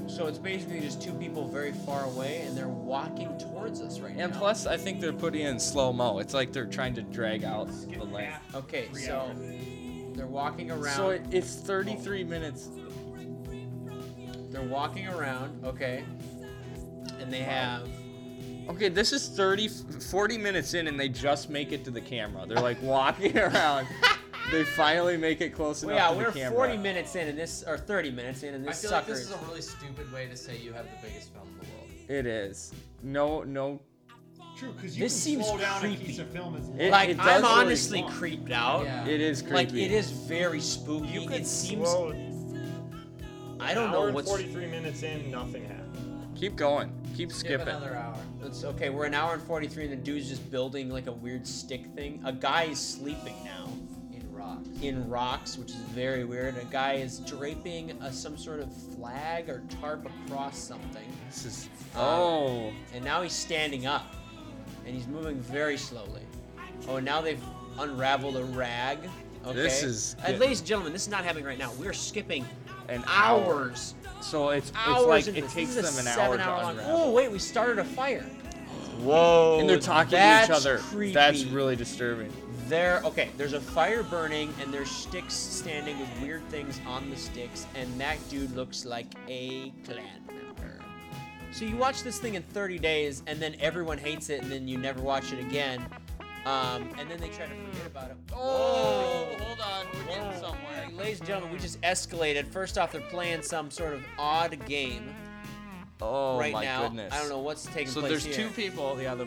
Speaker 3: now. So it's basically just two people very far away, and they're walking towards us right now.
Speaker 1: And plus, I think they're putting in slow mo. It's like they're trying to drag out the
Speaker 5: Skip
Speaker 1: length.
Speaker 5: half.
Speaker 3: Okay,
Speaker 5: Three
Speaker 3: so
Speaker 5: hours.
Speaker 3: they're walking around.
Speaker 1: So it, it's 33 minutes.
Speaker 3: they're walking around. Okay, and they have.
Speaker 1: Okay, this is 30, 40 minutes in, and they just make it to the camera. They're like walking around. they finally make it close
Speaker 3: Well,
Speaker 1: enough
Speaker 3: yeah,
Speaker 1: to the
Speaker 3: we're
Speaker 1: camera.
Speaker 3: 40 minutes in, and this or 30 minutes in, and
Speaker 4: I
Speaker 3: this
Speaker 4: feel
Speaker 3: sucker.
Speaker 4: like this is a really stupid way to say you have the biggest film in the world.
Speaker 1: It is. No, no.
Speaker 5: True, because you
Speaker 3: This
Speaker 5: can
Speaker 3: seems
Speaker 5: slow down
Speaker 3: creepy.
Speaker 5: a piece of film as
Speaker 1: It-
Speaker 3: like
Speaker 1: it does
Speaker 3: I'm
Speaker 1: really
Speaker 3: honestly
Speaker 5: fun.
Speaker 3: creeped out.
Speaker 4: Yeah.
Speaker 1: It is creepy.
Speaker 3: Like it is very spooky.
Speaker 5: You could
Speaker 3: it seems
Speaker 5: slow
Speaker 3: I don't know what's
Speaker 5: Forty-three minutes in, nothing happened.
Speaker 1: Keep going. Keep
Speaker 4: Skip
Speaker 1: skipping.
Speaker 4: another hour.
Speaker 3: It's okay. We're an hour and forty-three, and the dude's just building like a weird stick thing. A guy is sleeping now
Speaker 4: In rocks.
Speaker 3: in rocks, which is very weird. A guy is draping a, some sort of flag or tarp across something,
Speaker 1: This is.
Speaker 3: Um,
Speaker 1: Oh.
Speaker 3: and now he's standing up, and he's moving very slowly. Oh, and now they've unraveled a rag. Okay.
Speaker 1: This is
Speaker 3: and
Speaker 1: good.
Speaker 3: ladies and gentlemen, this is not happening right now. We're skipping
Speaker 1: An hour.
Speaker 3: hours,
Speaker 1: So it's it's
Speaker 3: hours.
Speaker 1: like
Speaker 3: into
Speaker 1: it
Speaker 3: this.
Speaker 1: takes
Speaker 3: This is a
Speaker 1: them an hour to
Speaker 3: seven-hour long-
Speaker 1: unravel.
Speaker 3: Oh wait, we started a fire. Whoa.
Speaker 1: and they're talking to each
Speaker 3: that's
Speaker 1: other.
Speaker 3: Creepy.
Speaker 1: That's really disturbing.
Speaker 3: There. Okay. There's a fire burning, and there's sticks standing with weird things on the sticks, and that dude looks like a clan member. So you watch this thing in 30 days, and then everyone hates it, and then you never watch it again. Um, and then they try to forget about it. Whoa.
Speaker 1: hold on, we're getting somewhere.
Speaker 3: Ladies and gentlemen, we just escalated. First off, they're playing some sort of odd game
Speaker 1: Oh
Speaker 3: right
Speaker 1: my
Speaker 3: now.
Speaker 1: goodness.
Speaker 3: I don't know what's taking
Speaker 1: So
Speaker 3: place
Speaker 1: there's
Speaker 3: here.
Speaker 1: two people. Yeah, the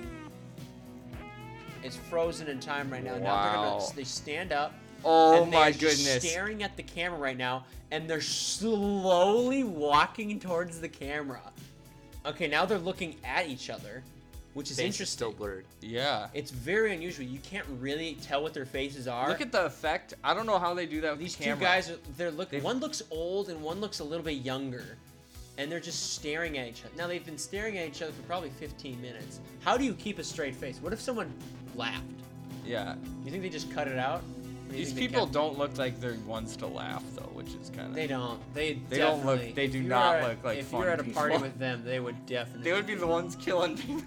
Speaker 3: It's frozen in time right now. Now they're
Speaker 1: Wow.
Speaker 3: gonna they stand up.
Speaker 1: Oh
Speaker 3: and they
Speaker 1: my
Speaker 3: are just
Speaker 1: goodness.
Speaker 3: Staring at the camera right now, and they're slowly walking towards the camera. Okay, now they're looking at each other, which is
Speaker 2: Face is
Speaker 3: interesting.
Speaker 2: still blurred.
Speaker 1: yeah.
Speaker 3: It's very unusual. You can't really tell what their faces are.
Speaker 1: Look at the effect. I don't know how they do that with
Speaker 3: these
Speaker 1: the camera.
Speaker 3: two guys. Are, they're look.
Speaker 1: They've-
Speaker 3: One looks old, and one looks a little bit younger, and they're just staring at each other. Now they've been staring at each other for probably 15 minutes. How do you keep a straight face? What if someone laughed?
Speaker 1: Yeah.
Speaker 3: You think they just cut it out? Or do you
Speaker 1: These
Speaker 3: think they
Speaker 1: people
Speaker 3: kept-
Speaker 1: don't look like they're ones to laugh though, which is kind of.
Speaker 3: They don't. They
Speaker 1: They don't look-
Speaker 3: definitely-
Speaker 1: they do
Speaker 3: if you
Speaker 1: not
Speaker 3: were at-
Speaker 1: look like
Speaker 3: If
Speaker 1: fun
Speaker 3: you were at a party
Speaker 1: people.
Speaker 3: with them, they would definitely.
Speaker 1: They would be the ones killing people.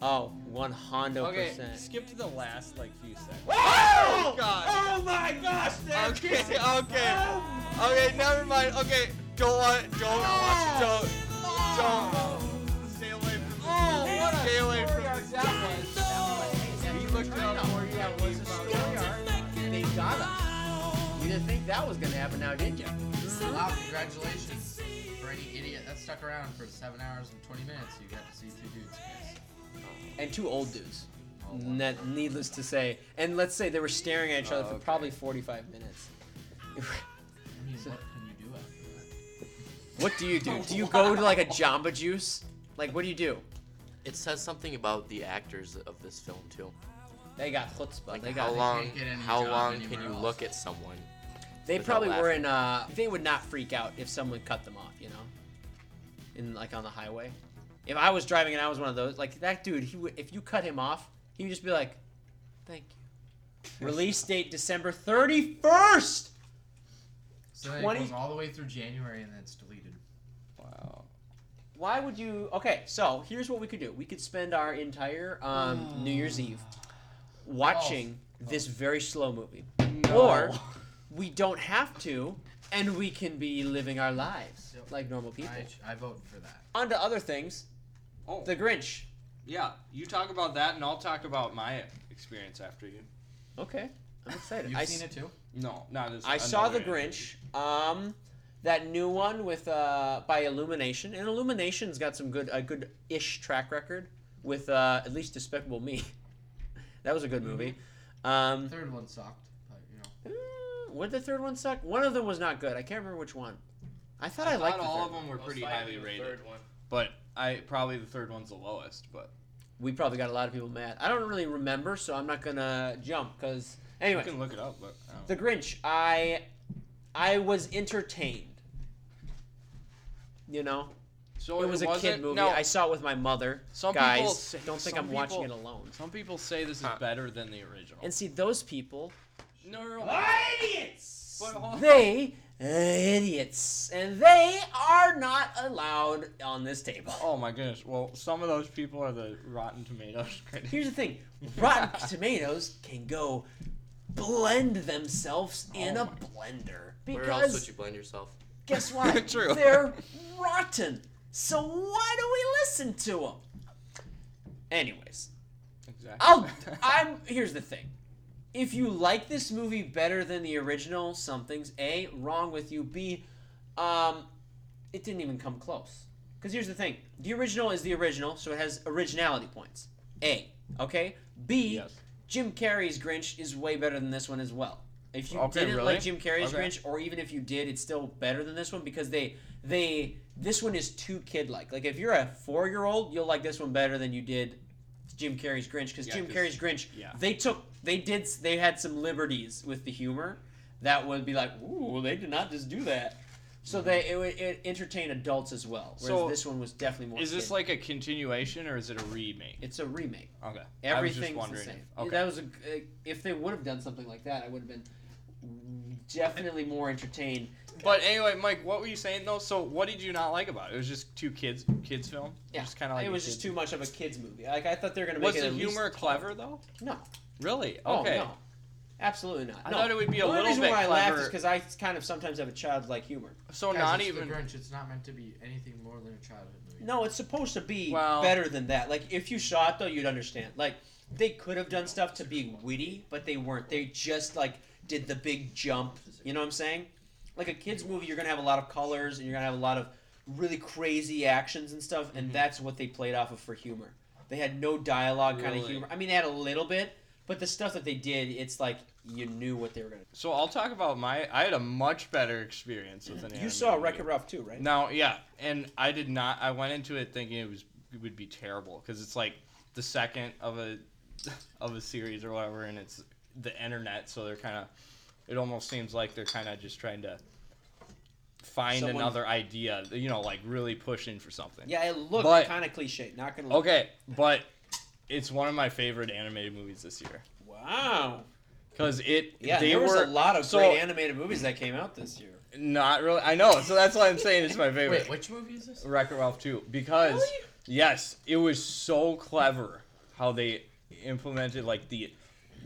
Speaker 3: Oh, one Hondo percent.
Speaker 1: skip to the last like few seconds. Oh god.
Speaker 3: Oh my gosh!
Speaker 1: Okay, Oh. okay, okay. Never mind. Okay, don't want, don't watch, don't, don't. Stay away from. Oh, what stay away from this. He looked up more. Yeah, was
Speaker 6: They got us. You didn't think that was gonna happen now, did you? Wow, Oh, congratulations. For any idiot that stuck around for 7 hours and 20 minutes, you got to see two dudes kiss.
Speaker 3: And two old dudes.
Speaker 6: Oh, wow.
Speaker 3: Ne- needless to say, and let's say they were staring at each other
Speaker 1: Oh,
Speaker 3: for probably 45 minutes.
Speaker 6: I mean, what can you do after
Speaker 3: what do you do? Do you go to like a Jamba Juice? Like, what do you do?
Speaker 2: It says something about the actors of this film too.
Speaker 3: They got chutzpah.
Speaker 2: Like
Speaker 3: they got.
Speaker 2: how long?
Speaker 6: can't get any
Speaker 2: How
Speaker 6: job
Speaker 2: long can
Speaker 6: anywhere
Speaker 2: you
Speaker 6: else.
Speaker 2: look at someone?
Speaker 3: They
Speaker 2: without
Speaker 3: probably
Speaker 2: laughing.
Speaker 3: were in. Uh, they would not freak out if someone cut them off. You know, in like on the highway. If I was driving and I was one of those, like that dude, he would. If you cut him off, he would just be like, "Thank you." Release date December thirty first.
Speaker 6: So then it
Speaker 3: 20
Speaker 6: goes all the way through January and then it's deleted.
Speaker 1: Wow.
Speaker 3: Why would you? Okay, so here's what we could do. We could spend our entire um, New Year's Eve
Speaker 6: Oh.
Speaker 3: watching this very slow movie, or we don't have to, and we can be living our lives
Speaker 6: Yep.
Speaker 3: like normal people.
Speaker 6: I, I vote for that.
Speaker 3: On to other things.
Speaker 1: Oh.
Speaker 3: The Grinch.
Speaker 1: Yeah, you talk about that, and I'll talk about my experience after you.
Speaker 3: Okay, I'm excited.
Speaker 6: You've
Speaker 3: I,
Speaker 6: seen
Speaker 3: s-
Speaker 6: it too?
Speaker 1: No, not as.
Speaker 3: I saw the
Speaker 1: another
Speaker 3: Grinch. Um, that new one with uh by Illumination, and Illumination's got some good a good ish track record with uh at least Despicable Me. that was a
Speaker 1: Mm-hmm.
Speaker 3: good movie. Um, mm,
Speaker 6: Third one sucked, but you know.
Speaker 3: what the third one suck? One of them was not good. I can't remember which one. I thought I,
Speaker 1: I
Speaker 3: liked
Speaker 1: thought
Speaker 3: the
Speaker 1: all
Speaker 3: third
Speaker 1: of
Speaker 3: one.
Speaker 1: them were pretty highly rated, but I probably the third one's the lowest. But
Speaker 3: We probably got a lot of people mad. I don't really remember, so I'm not gonna jump because anyway.
Speaker 1: you can look it up. But I don't
Speaker 3: The Grinch, I I was entertained. You know,
Speaker 1: so
Speaker 3: it was a kid
Speaker 1: Oh, wasn't-
Speaker 3: movie.
Speaker 1: No,
Speaker 3: I saw it with my mother.
Speaker 1: Some
Speaker 3: Guys,
Speaker 1: people say-
Speaker 3: don't think
Speaker 1: some
Speaker 3: I'm watching it
Speaker 1: people-
Speaker 3: alone.
Speaker 1: some people say this is better than the original.
Speaker 3: And see, those people,
Speaker 1: no, no, no. But hold-
Speaker 3: they are idiots, and they are not allowed on this table.
Speaker 1: Oh my goodness. Well, some of those people are the Rotten Tomatoes critics.
Speaker 3: Here's the thing: Rotten Tomatoes can go blend themselves in
Speaker 1: Oh
Speaker 3: a blender
Speaker 2: Where else
Speaker 3: because
Speaker 2: would you blend yourself?
Speaker 3: guess what?
Speaker 1: True.
Speaker 3: They're rotten. So why do we listen to them? Anyways,
Speaker 1: Exactly.
Speaker 3: I'll. I'm. Here's the thing. If you like this movie better than the original, something's a wrong with you. B, um, it didn't even come close. Because here's the thing: the original is the original, so it has originality points. A, okay. B,
Speaker 1: Yes.
Speaker 3: Jim Carrey's Grinch is way better than this one as well. If you
Speaker 1: Okay,
Speaker 3: didn't
Speaker 1: really?
Speaker 3: like Jim Carrey's
Speaker 1: Okay.
Speaker 3: Grinch, or even if you did, it's still better than this one because they they this one is too kid like. Like if you're a four year old, you'll like this one better than you did Jim Carrey's Grinch because
Speaker 1: Yeah,
Speaker 3: Jim
Speaker 1: 'cause-
Speaker 3: Carrey's Grinch
Speaker 1: yeah.
Speaker 3: they took they did they had some liberties with the humor that would be like ooh they did not just do that. So they it would it entertain adults as well. Whereas
Speaker 1: Mm-hmm. So,
Speaker 3: this one was definitely more.
Speaker 1: is this
Speaker 3: kid.
Speaker 1: like a continuation or is it a remake?
Speaker 3: it's a remake?
Speaker 1: Okay. I was just
Speaker 3: Everything's the
Speaker 1: wondering
Speaker 3: same.
Speaker 1: if- okay.
Speaker 3: eh, That was a, if they would have done something like that, I would have been. definitely more entertained.
Speaker 1: But anyway, Mike, what were you saying though? So what did you not like about it? It was just two kids, kids film.
Speaker 3: Yeah,
Speaker 1: just kind of like
Speaker 3: it
Speaker 1: a
Speaker 3: was just
Speaker 1: kid-
Speaker 3: too much of a kids movie. Like I thought they were gonna make
Speaker 1: Was
Speaker 3: it
Speaker 1: the
Speaker 3: at least-
Speaker 1: humor clever though?
Speaker 3: No.
Speaker 1: Really? Okay.
Speaker 3: Oh no. Absolutely not.
Speaker 1: I
Speaker 3: no.
Speaker 1: thought it would be
Speaker 3: the
Speaker 1: a
Speaker 3: only
Speaker 1: little
Speaker 3: reason
Speaker 1: bit
Speaker 3: why I laughed
Speaker 1: clever-
Speaker 3: is because I kind of sometimes have a childlike humor.
Speaker 1: So
Speaker 6: Guys,
Speaker 1: not
Speaker 6: it's
Speaker 1: even.
Speaker 6: The Grinch. It's not meant to be anything more than a childhood movie.
Speaker 3: No, it's supposed to be
Speaker 1: Well-
Speaker 3: better than that. Like if you saw it though, you'd understand. Like they could have done stuff to be witty, but they weren't. They just like did the big jump. You know what I'm saying? Like a kids movie, you're gonna have a lot of colors and you're gonna have a lot of really crazy actions and stuff, and
Speaker 1: Mm-hmm.
Speaker 3: that's what they played off of for humor. They had no dialogue kind of
Speaker 1: Really?
Speaker 3: humor. I mean, they had a little bit, but the stuff that they did, it's like you knew what they were gonna.
Speaker 1: So I'll talk about my. I had a much better experience with an.
Speaker 3: do. You
Speaker 1: anime
Speaker 3: saw
Speaker 1: movie.
Speaker 3: Wreck-It Ralph too, right?
Speaker 1: No, yeah, and I did not. I went into it thinking it was it would be terrible because it's like the second of a of a series or whatever, and it's the internet, so they're kind of. It almost seems like they're kind of just trying to find
Speaker 3: Someone-
Speaker 1: another idea, you know, like really pushing for something.
Speaker 3: Yeah, it looked
Speaker 1: But-
Speaker 3: kind of cliche. Not gonna. lie.
Speaker 1: Okay, but it's one of my favorite animated movies this year
Speaker 3: Wow.
Speaker 1: because it.
Speaker 3: Yeah,
Speaker 1: they
Speaker 3: there was
Speaker 1: were
Speaker 3: a lot of
Speaker 1: so-
Speaker 3: great animated movies that came out this year.
Speaker 1: Not really. I know. So that's why I'm saying it's my favorite.
Speaker 6: Wait, which movie is this?
Speaker 1: Wreck-It Ralph 2 because yes, it was so clever how they implemented like the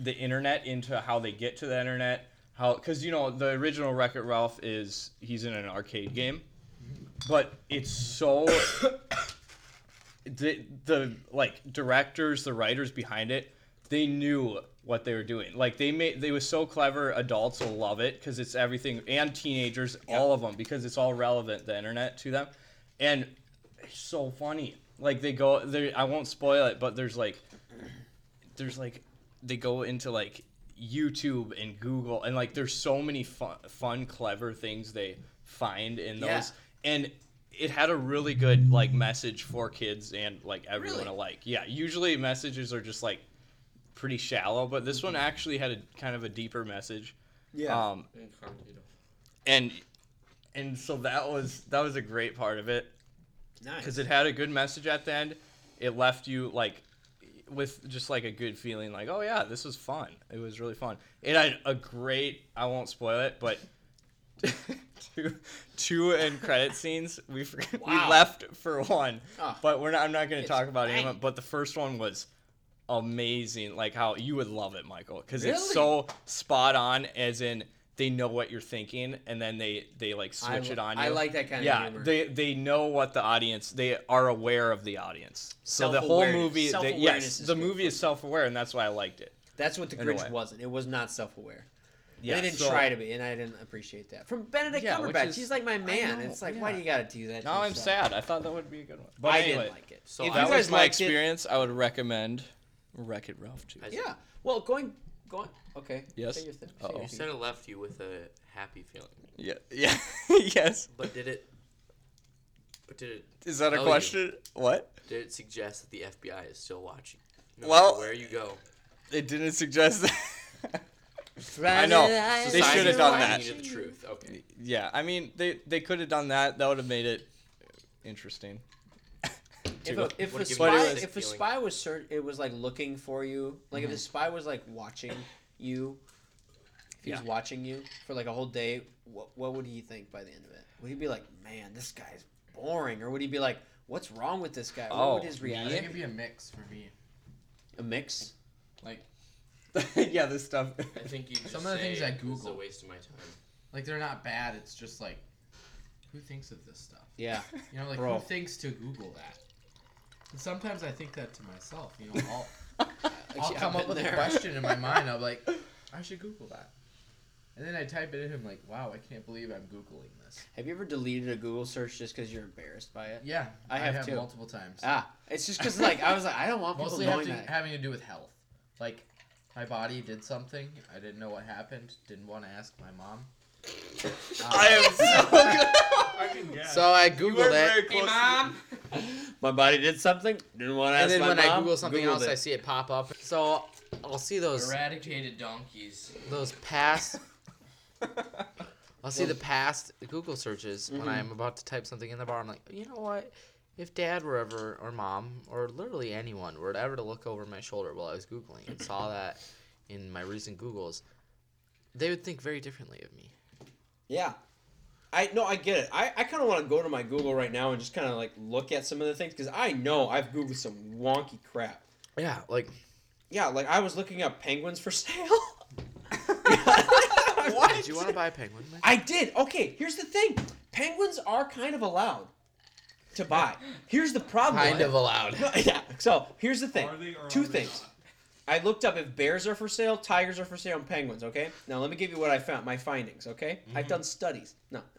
Speaker 1: the internet into how they get to the internet. How because you know the original Wreck-It Ralph is he's in an arcade game, but it's so the the like directors, the writers behind it, they knew what they were doing. Like they made they was so clever. Adults will love it because it's everything, and teenagers, all of them, because it's all relevant the internet to them, and it's so funny. Like they go, they I won't spoil it, but there's like, there's like, they go into like YouTube and Google, and like there's so many fun, fun clever things they find in those,
Speaker 3: Yeah.
Speaker 1: and it had a really good like message for kids and like everyone
Speaker 3: Really?
Speaker 1: alike. Yeah, usually messages are just like pretty shallow, but this one actually had a kind of a deeper message. Um, and and so that was that was a great part of it because
Speaker 3: nice.
Speaker 1: it had a good message at the end. It left you like with just like a good feeling, like oh yeah, this was fun. It was really fun. It had a great. I won't spoil it, but two two end credit scenes. We for- we
Speaker 3: Wow.
Speaker 1: left for one,
Speaker 3: Ah.
Speaker 1: but we're not. I'm not going to
Speaker 3: It's
Speaker 1: talk about
Speaker 3: banging.
Speaker 1: it. But the first one was amazing. Like how you would love it, Michael, because it's
Speaker 3: Really?
Speaker 1: so spot on. As in. They know what you're thinking, and then they they like
Speaker 3: I,
Speaker 1: switch it on you
Speaker 3: I like that kind
Speaker 1: yeah,
Speaker 3: of humor.
Speaker 1: they they know what the audience. They are aware of the audience. So the whole
Speaker 3: Self-awareness.
Speaker 1: movie, they,
Speaker 3: Self-awareness
Speaker 1: yes,
Speaker 3: is
Speaker 1: the
Speaker 3: good
Speaker 1: movie
Speaker 3: for
Speaker 1: is self-aware, and that's why I liked it.
Speaker 3: That's what the
Speaker 1: in a way.
Speaker 3: Grinch wasn't. It was not self-aware.
Speaker 1: Yeah,
Speaker 3: they didn't
Speaker 1: so-
Speaker 3: try to be, and I didn't appreciate that. From Benedict
Speaker 1: Yeah, which
Speaker 3: Cumberbatch,
Speaker 1: is-
Speaker 3: he's like my man.
Speaker 1: know,
Speaker 3: it's like, why
Speaker 1: yeah.
Speaker 3: do you gotta do that? to
Speaker 1: Now I'm
Speaker 3: yourself?
Speaker 1: sad. I thought that would be a good one. But
Speaker 3: I
Speaker 1: anyway,
Speaker 3: didn't like it.
Speaker 2: So
Speaker 3: if
Speaker 2: I
Speaker 3: you
Speaker 1: that
Speaker 3: guys
Speaker 1: was my
Speaker 3: liked
Speaker 1: experience. I would recommend Wreck It Ralph too.
Speaker 2: I-
Speaker 3: It, yeah. Well, going, going. Okay.
Speaker 1: Yes?
Speaker 3: Say your thing. say
Speaker 1: Uh-oh.
Speaker 3: your
Speaker 2: You
Speaker 3: thing.
Speaker 2: said it left you with a happy feeling,
Speaker 1: Yeah, yeah, yes.
Speaker 2: but did it? But did it?
Speaker 1: Is that a
Speaker 2: Tell you.
Speaker 1: question? What?
Speaker 2: Did it suggest that the FBI is still watching? No
Speaker 1: Well-
Speaker 2: matter where you go,
Speaker 1: It didn't suggest that. I
Speaker 3: Rather
Speaker 1: know.
Speaker 3: than-
Speaker 1: They
Speaker 2: Society
Speaker 1: should have
Speaker 2: is
Speaker 1: done that.
Speaker 2: finding you the truth. Okay.
Speaker 1: Yeah, I mean, they they could have done that. That would have made it interesting.
Speaker 3: If
Speaker 1: Too.
Speaker 3: a, if a
Speaker 2: Would give
Speaker 1: you
Speaker 3: spy,
Speaker 1: a
Speaker 2: sick
Speaker 3: if a
Speaker 2: feeling.
Speaker 3: spy was cert, it was like looking for you. Like if a spy was like watching you, if he was
Speaker 1: Yeah.
Speaker 3: watching you for like a whole day, what what would he think by the end of it? Would he be like, man, this guy's boring, or would he be like, what's wrong with this guy? what would
Speaker 1: Oh,
Speaker 3: his
Speaker 6: I
Speaker 3: reaction?
Speaker 6: think it'd be a mix for me.
Speaker 3: A mix.
Speaker 6: Like,
Speaker 1: yeah, this stuff.
Speaker 2: I think you. Just
Speaker 6: Some of the
Speaker 2: say
Speaker 6: things I
Speaker 2: it was a
Speaker 6: Googled.
Speaker 2: waste of my time.
Speaker 6: like they're not bad. It's just like, who thinks of this stuff?
Speaker 3: Yeah.
Speaker 6: You know, like
Speaker 3: Bro.
Speaker 6: who thinks to Google that? And sometimes I think that to myself. You know, I'll, I'll
Speaker 3: Actually, I've
Speaker 6: come up
Speaker 3: been
Speaker 6: with
Speaker 3: there.
Speaker 6: a question in my mind. I'm like, I should Google that. And then I type it in. I'm like, wow, I can't believe I'm googling this.
Speaker 3: Have you ever deleted a Google search just because you're embarrassed by it?
Speaker 6: Yeah,
Speaker 3: I have too.
Speaker 6: multiple times.
Speaker 3: Ah, it's just because like I was like, I don't want people
Speaker 6: Mostly have
Speaker 3: knowing
Speaker 6: to,
Speaker 3: that.
Speaker 6: having to do with health. Like, my body did something. I didn't know what happened. Didn't want to ask my mom.
Speaker 1: I am so
Speaker 5: I can guess.
Speaker 4: So I
Speaker 1: good. You were
Speaker 4: googled
Speaker 1: very
Speaker 4: it,
Speaker 1: close. to-
Speaker 3: my body did something. Didn't want to
Speaker 4: and then when I Google something else, I see it pop up. So I'll see those
Speaker 6: Eradicated donkeys.
Speaker 4: those past. I'll see the past Google searches when I'm about to type something in the bar. I'm like, you know what? If Dad were ever, or Mom, or literally anyone were ever to look over my shoulder while I was Googling and saw that in my recent Googles, They would think very differently of me.
Speaker 3: Yeah. I no, I get it. I, I kind of want to go to my Google right now and just kind of like look at some of the things because I know I've Googled some wonky crap.
Speaker 4: Yeah, like
Speaker 3: Yeah, like I was looking up penguins for sale.
Speaker 4: Did you want to buy a penguin? Mike?
Speaker 3: I did. Okay, here's the thing. Penguins are kind of allowed to buy. Here's the problem.
Speaker 4: Kind of allowed.
Speaker 3: No, yeah. So here's the thing.
Speaker 5: Are they or
Speaker 3: Two
Speaker 5: are they
Speaker 3: things. I looked up if bears are for sale, tigers are for sale, and penguins. Okay. Now let me give you what I found, my findings. Okay.
Speaker 5: Mm-hmm.
Speaker 3: I've done studies. No.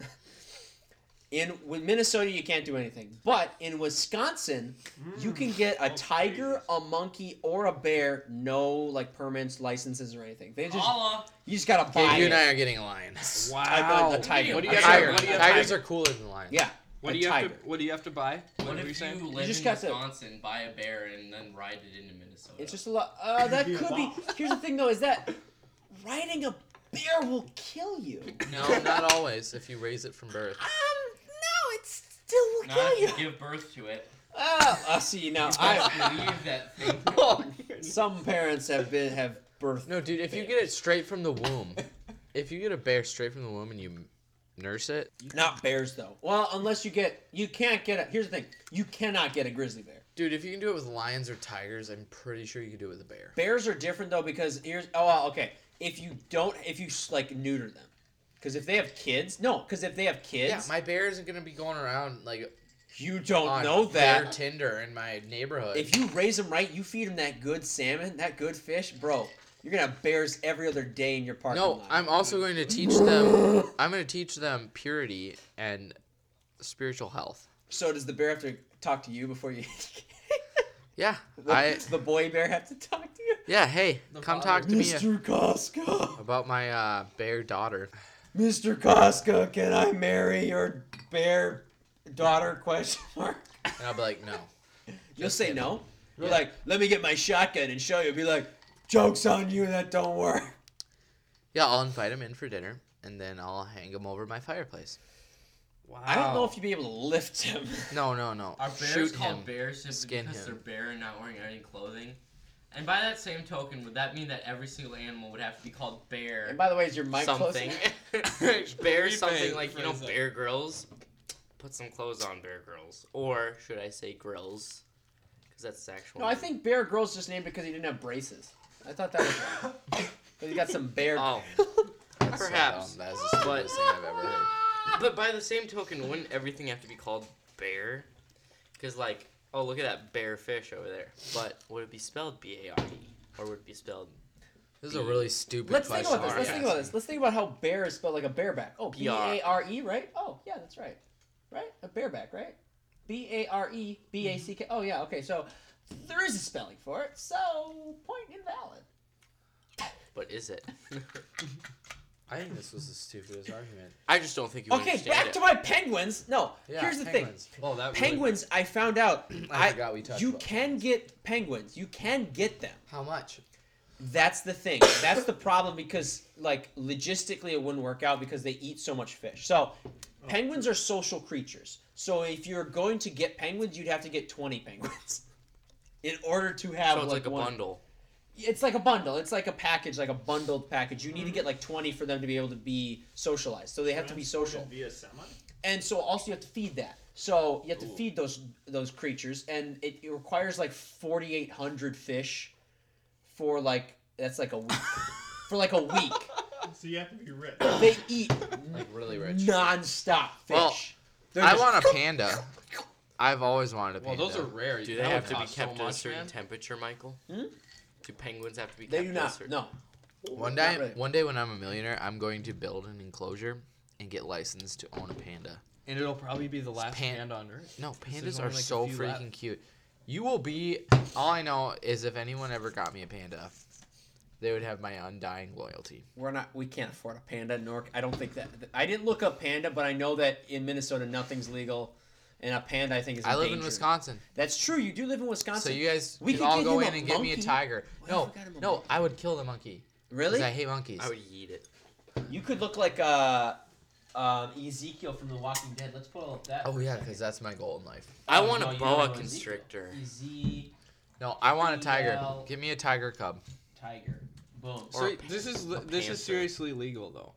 Speaker 3: In with Minnesota, you can't do anything, but in Wisconsin, you can get a
Speaker 5: Oh,
Speaker 3: tiger, a monkey, or a bear. No like permits, licenses, or anything. They just
Speaker 6: Holla.
Speaker 3: you just gotta buy
Speaker 4: Okay, you
Speaker 3: it.
Speaker 4: and I are getting a lion.
Speaker 1: Wow.
Speaker 3: I got the tiger.
Speaker 1: What do
Speaker 3: A
Speaker 1: you have
Speaker 3: tiger.
Speaker 1: to- what do you have
Speaker 4: Tigers
Speaker 1: to-
Speaker 4: are cooler than lions.
Speaker 3: Yeah.
Speaker 1: What
Speaker 3: a
Speaker 1: do you have
Speaker 3: tiger.
Speaker 1: to What do you have to buy? What,
Speaker 6: What
Speaker 1: were you
Speaker 6: if you
Speaker 1: saying?
Speaker 6: live
Speaker 3: just
Speaker 6: in
Speaker 3: got to-
Speaker 6: Wisconsin, buy a bear, and then ride it into Minnesota?
Speaker 3: It's just a lot. Uh, that
Speaker 5: be a
Speaker 3: could be.
Speaker 5: lot.
Speaker 3: Here's the thing, though, is that riding a bear will kill you.
Speaker 4: No, not always. If you raise it from birth.
Speaker 3: Um, no, it still will
Speaker 6: Not
Speaker 3: kill you.
Speaker 6: if you give birth to it.
Speaker 3: Oh, uh, see now. I
Speaker 6: Leave that thing.
Speaker 3: some parents have been have birth.
Speaker 4: No, dude. If you get it straight from the womb, if you get a bear straight from the womb and you m- nurse it,
Speaker 3: not bears though. Well, unless you get, you can't get a. Here's the thing, you cannot get a grizzly bear.
Speaker 4: dude. If you can do it with lions or tigers, I'm pretty sure you can do it with a bear.
Speaker 3: Bears are different though because here's oh well, okay. If you don't, if you like neuter them, because if they have kids, no, because if they have kids,
Speaker 4: Yeah, my bear isn't gonna be going around like
Speaker 3: you don't
Speaker 4: on
Speaker 3: know that.
Speaker 4: bear Tinder in my neighborhood.
Speaker 3: If you raise them right, you feed them that good salmon, that good fish, bro. You're gonna have bears every other day in your parking
Speaker 4: No,
Speaker 3: lot.
Speaker 4: I'm also going to teach them. I'm going to teach them purity and spiritual health.
Speaker 3: So does the bear have to talk to you before you?
Speaker 4: Yeah,
Speaker 3: the,
Speaker 4: I.
Speaker 3: the boy bear have to talk to you?
Speaker 4: Yeah, hey, come talk to me
Speaker 3: Mr. Koska,
Speaker 4: about my uh, bear daughter.
Speaker 3: Mr. Koska, can I marry your bear daughter? Question mark.
Speaker 4: And I'll be like, no.
Speaker 3: You'll say no. You're like, let me get my shotgun and show you. Be like, jokes on you, that don't work.
Speaker 4: Yeah, I'll invite him in for dinner, and then I'll hang him over my fireplace.
Speaker 1: Wow.
Speaker 3: I don't know if you'd be able to lift him.
Speaker 4: No, no, no.
Speaker 6: Are bears
Speaker 4: Shoot
Speaker 6: called
Speaker 4: him.
Speaker 6: bears simply
Speaker 4: Skin
Speaker 6: because
Speaker 4: him.
Speaker 6: they're bare and not wearing any clothing? And by that same token, would that mean that every single animal would have to be called bear?
Speaker 3: and by the way, is your mic closing?
Speaker 2: something. bear
Speaker 1: Rephrase-
Speaker 2: something like you know
Speaker 1: rephrase that.
Speaker 2: bear grills. Put some clothes on bear grills, or should I say grills? Because that's the actual.
Speaker 3: No, I
Speaker 2: name.
Speaker 3: think Bear Girls just named because he didn't have braces. I thought that was wrong. 'Cause he got some bear.
Speaker 2: Oh,
Speaker 4: That's so
Speaker 2: perhaps.
Speaker 4: dumb. That's the stupidest thing I've ever heard.
Speaker 2: But by the same token, wouldn't everything have to be called bear? Because like, oh look at that bear fish over there. But would it be spelled B A R E, or would it be spelled
Speaker 4: This is a really stupid
Speaker 3: Let's think
Speaker 4: question.
Speaker 3: about this. Let's
Speaker 4: you're
Speaker 3: think about
Speaker 4: asking.
Speaker 3: this. Let's think about how bear is spelled like a bareback. Oh, B
Speaker 2: B-R.
Speaker 3: A R E, right? Oh, yeah, that's right. Right? A bareback, right? B A R E B A C
Speaker 2: Mm-hmm.
Speaker 3: K. Oh, yeah, okay, so there is a spelling for it, so point invalid.
Speaker 2: But is it?
Speaker 4: I think this was the stupidest argument.
Speaker 2: I just don't think you
Speaker 3: Okay,
Speaker 2: understand
Speaker 3: back
Speaker 2: it.
Speaker 3: to my penguins. No,
Speaker 4: Yeah,
Speaker 3: here's the
Speaker 4: penguins.
Speaker 3: thing.
Speaker 4: Well, that really-
Speaker 3: Penguins, I found out.
Speaker 4: I forgot we talked
Speaker 3: You
Speaker 4: about
Speaker 3: can get penguins. You can get them.
Speaker 4: How much?
Speaker 3: That's the thing. That's the problem because, like, logistically, it wouldn't work out because they eat so much fish. So, penguins are social creatures. So, if you're going to get penguins, you'd have to get 20 penguins in order to have
Speaker 2: So it's
Speaker 3: like,
Speaker 2: like a
Speaker 3: one-
Speaker 2: bundle.
Speaker 3: It's like a bundle. It's like a package, like a bundled package. You need to get like 20 for them to be able to be socialized. So, they have to be social
Speaker 5: Via semi.
Speaker 3: and so also you have to feed that. So you have to feed those those creatures, and it, it requires like forty eight hundred fish for like that's like a week. for like a week,
Speaker 5: So you have to be rich.
Speaker 3: they eat
Speaker 4: Like really rich.
Speaker 3: nonstop fish.
Speaker 4: Well,
Speaker 3: They're
Speaker 4: I
Speaker 3: just-
Speaker 4: want a panda. I've always wanted a
Speaker 1: Well,
Speaker 4: panda.
Speaker 1: those are rare.
Speaker 2: Do
Speaker 1: That
Speaker 2: they
Speaker 1: would
Speaker 2: have to be
Speaker 1: cost so
Speaker 2: kept at a
Speaker 1: much,
Speaker 2: certain
Speaker 1: man.
Speaker 2: temperature, Michael? Do penguins have to be kept
Speaker 3: They do
Speaker 2: at a
Speaker 3: not.
Speaker 2: certain
Speaker 3: No.
Speaker 4: One
Speaker 3: Not
Speaker 4: day,
Speaker 3: really.
Speaker 4: one day when I'm a millionaire, I'm going to build an enclosure and get licensed to own a panda.
Speaker 1: And it'll probably be the last
Speaker 4: pan-
Speaker 1: hand on Earth.
Speaker 4: No,
Speaker 1: there's
Speaker 4: pandas
Speaker 1: only
Speaker 4: are
Speaker 1: like a
Speaker 4: so
Speaker 1: few
Speaker 4: freaking
Speaker 1: left.
Speaker 4: cute. You will be. All I know is if anyone ever got me a panda, they would have my undying loyalty.
Speaker 3: We're not. We can't afford a panda. Nor I don't think that. I didn't look up panda, but I know that in Minnesota nothing's legal, and a panda I think is.
Speaker 4: I live in
Speaker 3: endangered.
Speaker 4: Wisconsin,
Speaker 3: That's true. You do live in Wisconsin.
Speaker 4: so you guys
Speaker 3: We
Speaker 4: can
Speaker 3: could
Speaker 4: all
Speaker 3: get
Speaker 4: go
Speaker 3: him
Speaker 4: in
Speaker 3: a
Speaker 4: and get me a
Speaker 3: monkey.
Speaker 4: tiger.
Speaker 3: What
Speaker 4: No,
Speaker 3: if we got him a
Speaker 4: no,
Speaker 3: monkey?
Speaker 4: I would kill the monkey. 'cause
Speaker 3: really?
Speaker 4: I hate monkeys.
Speaker 2: I would eat it.
Speaker 3: You could look like uh, um, Ezekiel from The Walking Dead. Let's pull up that.
Speaker 4: oh yeah, because that's my goal in life.
Speaker 2: I
Speaker 6: Oh,
Speaker 2: want
Speaker 6: no,
Speaker 2: a
Speaker 6: you
Speaker 2: boa
Speaker 6: don't want
Speaker 2: constrictor.
Speaker 6: Easy
Speaker 4: No, I want a tiger.
Speaker 6: Well-
Speaker 4: Give me a tiger cub.
Speaker 6: tiger.
Speaker 4: Boom.
Speaker 1: So
Speaker 2: Or a
Speaker 1: wait, this is
Speaker 2: a
Speaker 1: this is
Speaker 2: panther.
Speaker 1: seriously legal though.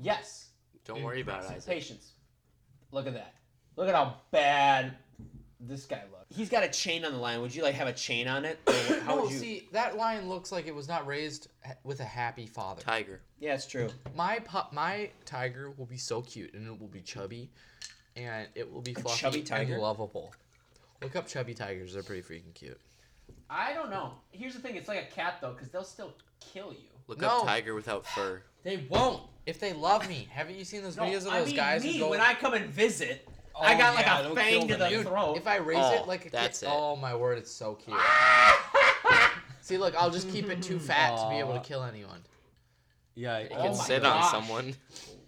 Speaker 3: Yes.
Speaker 2: Don't worry about it, Isaac.
Speaker 3: Patience. Look at that. Look at how bad this guy looks. He's got a chain on the line. Would you like have a chain on it? Or what- how
Speaker 4: no,
Speaker 3: would you?
Speaker 4: see, that lion looks like it was not raised ha- with a happy father.
Speaker 2: Tiger.
Speaker 3: Yeah, it's true.
Speaker 4: My pup, my tiger will be so cute, and it will be chubby, and it will be fluffy
Speaker 3: chubby tiger?
Speaker 4: and lovable. Look up chubby tigers; they're pretty freaking cute.
Speaker 3: I don't know. Here's the thing. It's like a cat though, because they'll still kill you.
Speaker 2: Look
Speaker 4: No.
Speaker 2: up tiger without fur.
Speaker 4: They won't if they love me. Haven't you seen those videos of those
Speaker 3: I mean
Speaker 4: guys
Speaker 3: me
Speaker 4: who go?
Speaker 3: when I come and visit.
Speaker 4: Oh,
Speaker 3: I got like
Speaker 4: yeah,
Speaker 3: a
Speaker 4: don't
Speaker 3: fang
Speaker 4: kill
Speaker 3: to
Speaker 4: them,
Speaker 3: the
Speaker 4: dude.
Speaker 3: throat.
Speaker 4: If I raise
Speaker 2: Oh,
Speaker 4: it like a
Speaker 2: that's
Speaker 4: kid,
Speaker 2: it.
Speaker 4: oh my word, it's so cute. See, look, I'll just keep it too fat to be able to kill anyone.
Speaker 1: Yeah,
Speaker 2: You
Speaker 3: Oh
Speaker 2: can
Speaker 3: my
Speaker 2: sit
Speaker 3: gosh.
Speaker 2: on someone.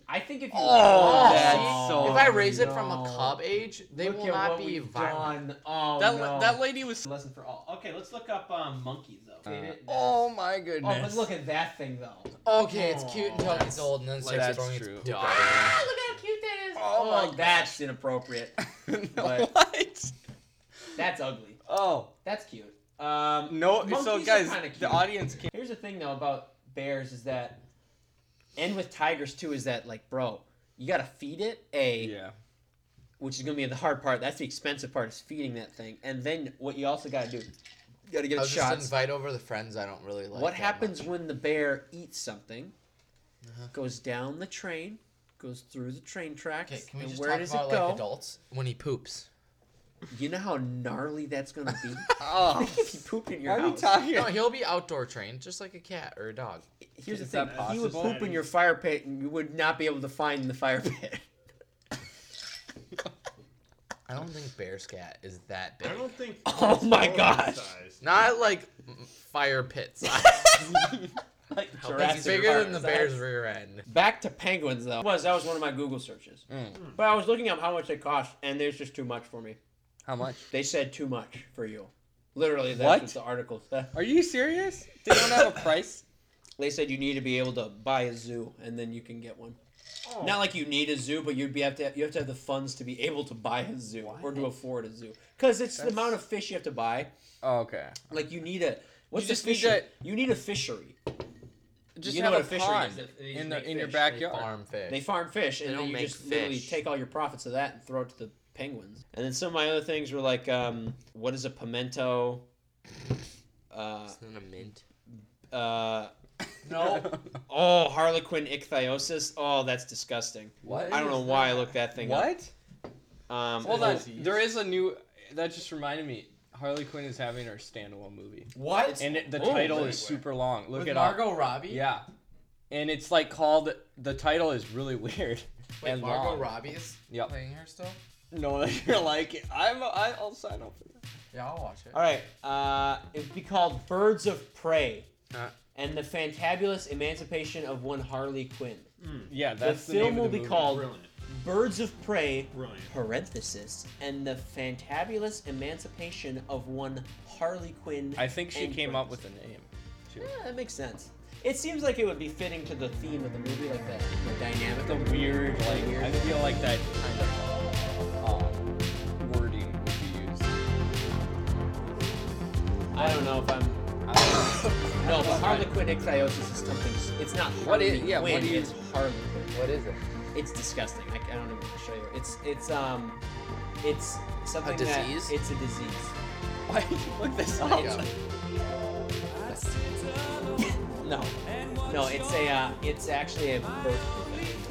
Speaker 3: I think if you
Speaker 1: Oh,
Speaker 4: that's
Speaker 1: so-
Speaker 4: if I raise it from
Speaker 3: no.
Speaker 4: a cub age, they
Speaker 3: Look
Speaker 4: will
Speaker 3: at
Speaker 4: not
Speaker 3: what
Speaker 4: be
Speaker 3: we've
Speaker 4: violent.
Speaker 3: done. Oh
Speaker 1: that,
Speaker 3: no.
Speaker 1: that lady was.
Speaker 3: lesson for all. Okay, let's look up um, monkeys though.
Speaker 1: Oh my
Speaker 3: oh,
Speaker 1: goodness.
Speaker 3: but look at that thing though.
Speaker 4: Okay, it's cute until it's old, and then
Speaker 1: Like,
Speaker 4: starts
Speaker 1: that's
Speaker 4: throwing its
Speaker 1: true.
Speaker 4: poop out.
Speaker 3: Ah, look how cute that is.
Speaker 1: Oh
Speaker 3: Oh,
Speaker 1: my gosh.
Speaker 3: that's inappropriate. But-
Speaker 1: what?
Speaker 3: That's ugly.
Speaker 1: Oh
Speaker 3: That's cute. Um,
Speaker 1: no! so
Speaker 3: Monkeys are
Speaker 1: guys,
Speaker 3: kinda
Speaker 1: the
Speaker 3: cute.
Speaker 1: audience can't.
Speaker 3: here's the thing though about bears is that, and with tigers too, is that like, bro, you gotta feed it a,
Speaker 1: Yeah.
Speaker 3: which is gonna be the hard part. That's the expensive part is feeding that thing, and then what you also gotta do, you gotta get
Speaker 4: I'll
Speaker 3: it
Speaker 4: just
Speaker 3: shots.
Speaker 4: invite over the friends I don't really like.
Speaker 3: what
Speaker 4: that
Speaker 3: happens
Speaker 4: much.
Speaker 3: when the bear eats something?
Speaker 4: Uh-huh.
Speaker 3: Goes down the train, goes through the train tracks,
Speaker 4: Okay, can we
Speaker 3: and
Speaker 4: just
Speaker 3: where
Speaker 4: talk
Speaker 3: does
Speaker 4: about
Speaker 3: it go?
Speaker 4: like adults when he poops?
Speaker 3: You know how gnarly that's gonna be.
Speaker 1: Oh.
Speaker 3: if you poop in your
Speaker 1: Why are we
Speaker 3: house.
Speaker 1: talking?
Speaker 4: No, he'll be outdoor trained, just like a cat or a dog.
Speaker 3: Here's the
Speaker 1: Is
Speaker 3: thing:
Speaker 1: that
Speaker 3: he would
Speaker 1: possible?
Speaker 3: poop in your fire pit, and you would not be able to find the fire pit.
Speaker 4: I don't think bear's cat is that big.
Speaker 5: I don't think.
Speaker 3: Oh
Speaker 5: it's
Speaker 3: my
Speaker 5: all
Speaker 3: gosh.
Speaker 5: size.
Speaker 4: Not like m- fire pit size.
Speaker 3: like
Speaker 4: it's bigger than the bear's rear end.
Speaker 3: Back to penguins, though. Was that was one of my Google searches,
Speaker 4: Hmm.
Speaker 3: but I was looking up how much they cost, and there's just too much for me.
Speaker 1: How much?
Speaker 3: They said too much for you. Literally, that's
Speaker 1: What?
Speaker 3: what, the article said.
Speaker 1: Are you serious? They don't have a price.
Speaker 3: They said you need to be able to buy a zoo, and then you can get one.
Speaker 5: Oh.
Speaker 3: Not like you need a zoo, but you'd be have to you have to have the funds to be able to buy a zoo or to afford a zoo, because it's the
Speaker 1: That's-
Speaker 3: amount of fish you have to buy.
Speaker 1: Oh, okay.
Speaker 3: Like you need a what's
Speaker 1: just
Speaker 3: the
Speaker 1: need
Speaker 3: fishery?
Speaker 1: that-
Speaker 3: You need a fishery.
Speaker 1: Just
Speaker 3: You know
Speaker 1: have
Speaker 3: what a
Speaker 1: a
Speaker 3: fishery
Speaker 1: pond
Speaker 3: is, if they
Speaker 1: in
Speaker 3: just
Speaker 1: the
Speaker 3: make
Speaker 1: in your
Speaker 3: fish, they
Speaker 1: backyard.
Speaker 4: Farm fish.
Speaker 3: They farm fish, and
Speaker 2: They
Speaker 3: then
Speaker 2: don't
Speaker 3: you
Speaker 2: make
Speaker 3: just literally
Speaker 2: fish.
Speaker 3: take all your profits of that and throw it to the penguins. And then some of my other things were like, um, what is a pimento? Uh,
Speaker 2: Isn't that a mint?
Speaker 3: uh, no. oh, Harlequin ichthyosis. Oh, that's disgusting.
Speaker 1: What?
Speaker 3: I don't know why I looked that thing up.
Speaker 1: What?
Speaker 3: Um,
Speaker 1: Hold on.
Speaker 3: it's-
Speaker 1: There is a new. That just reminded me. Harley Quinn is having her standalone movie,
Speaker 4: what?
Speaker 1: and it, the
Speaker 4: Oh,
Speaker 1: title
Speaker 4: really?
Speaker 1: is super long. Look
Speaker 4: With
Speaker 1: it up.
Speaker 4: Margot Robbie?
Speaker 1: Yeah, and it's like called. The title is really weird
Speaker 4: Wait,
Speaker 1: and
Speaker 4: Margot
Speaker 1: long.
Speaker 4: Robbie is
Speaker 1: Yep.
Speaker 4: playing her still?
Speaker 1: No, you're like it. I'm. I, I'll sign up for that.
Speaker 4: Yeah, I'll watch it.
Speaker 3: All right. Uh, it'd be called Birds of Prey.
Speaker 4: Uh.
Speaker 3: and the fantabulous emancipation of one Harley Quinn.
Speaker 1: Yeah, that's the,
Speaker 3: film
Speaker 1: name of
Speaker 3: will
Speaker 1: the
Speaker 3: be
Speaker 1: movie.
Speaker 3: called
Speaker 5: Brilliant.
Speaker 3: Birds of Prey,
Speaker 5: Brilliant.
Speaker 3: parenthesis, and the fantabulous emancipation of one Harley Quinn.
Speaker 1: I think she
Speaker 3: and
Speaker 1: came up with
Speaker 3: parenthesis.
Speaker 1: the name. too.
Speaker 3: Yeah, that makes sense. It seems like it would be fitting to the theme of the movie, like the, the dynamic of
Speaker 1: Weird, like I feel like that kind of um, wording would be used.
Speaker 3: I don't know if I'm.
Speaker 1: I don't know.
Speaker 3: No, but Harley Quinn ichthyosis is something. It's not Harley
Speaker 1: What is- yeah,
Speaker 3: Quinn.
Speaker 1: what is-
Speaker 3: it's Harley Quinn.
Speaker 4: What is it?
Speaker 3: It's disgusting. I, I don't even want to show you. It's it's um, it's something
Speaker 2: disease?
Speaker 3: that it's a disease.
Speaker 1: Why did you look this up?
Speaker 4: Yeah.
Speaker 3: No, no, it's a uh, it's actually a birth.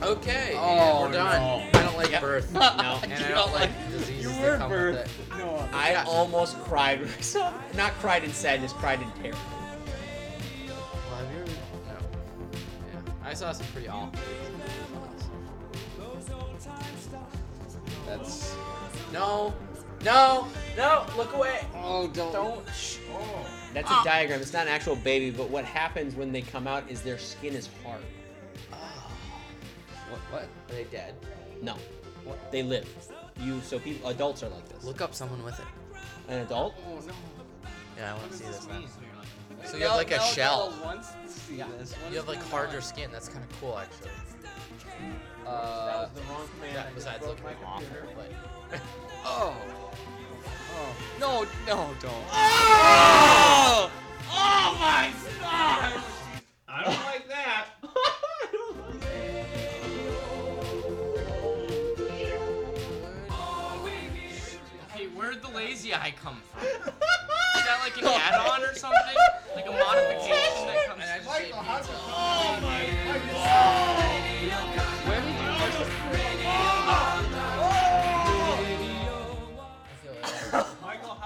Speaker 4: Okay,
Speaker 1: Oh,
Speaker 4: yeah, we're done.
Speaker 1: no.
Speaker 4: I don't like
Speaker 3: Yep.
Speaker 4: birth.
Speaker 3: No,
Speaker 4: And
Speaker 1: You
Speaker 4: I
Speaker 1: don't
Speaker 4: don't like
Speaker 1: like-
Speaker 4: the diseases
Speaker 1: You
Speaker 4: that
Speaker 1: were
Speaker 4: come
Speaker 1: birth.
Speaker 4: with it.
Speaker 1: No.
Speaker 3: I almost cried. when I saw- Not cried in sadness, cried in terror.
Speaker 4: Well, have you ever... No. Yeah. I saw some pretty awful things.
Speaker 1: That's.
Speaker 4: No. No.
Speaker 3: No, look away.
Speaker 1: Oh, don't.
Speaker 4: Don't.
Speaker 3: That's a diagram. It's not an actual baby, but what happens when they come out is their skin is hard.
Speaker 1: What? What?
Speaker 4: Are they dead?
Speaker 3: No, they live. You so people adults are like this.
Speaker 4: Look up someone with it.
Speaker 3: An adult?
Speaker 1: Oh no.
Speaker 4: Yeah, I want to see this. So you have like a shell.
Speaker 1: Wants to see this. What is
Speaker 4: You have like
Speaker 1: going
Speaker 4: harder skin. That's kind of cool, actually.
Speaker 1: on? Uh,
Speaker 3: the wrong command.
Speaker 4: That besides looking awful, but
Speaker 1: oh. Oh. No, no, don't.
Speaker 3: Oh my god!
Speaker 2: Eurasia I come from. Is that like an add-on or something? Like a modification that comes
Speaker 6: And I
Speaker 2: to
Speaker 6: just ate
Speaker 2: shape?
Speaker 6: pizza.
Speaker 2: Where did you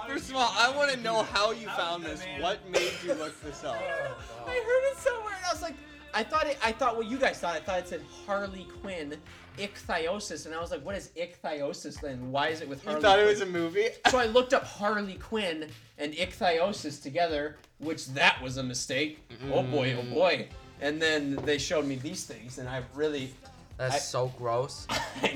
Speaker 1: First of all, I want to know how you found this. What made you look this up?
Speaker 3: I heard it somewhere and I was like, I thought it. I thought what you guys thought. I thought it said Harley Quinn ichthyosis, and I was like, what is ichthyosis then? Why is it with Harley?
Speaker 1: You thought it
Speaker 3: Quinn?
Speaker 1: was a movie?
Speaker 3: so I looked up Harley Quinn and ichthyosis together, which that was a mistake.
Speaker 1: Mm-hmm.
Speaker 3: Oh boy, oh boy. And then they showed me these things, and I really.
Speaker 4: That's
Speaker 3: I-
Speaker 4: so gross.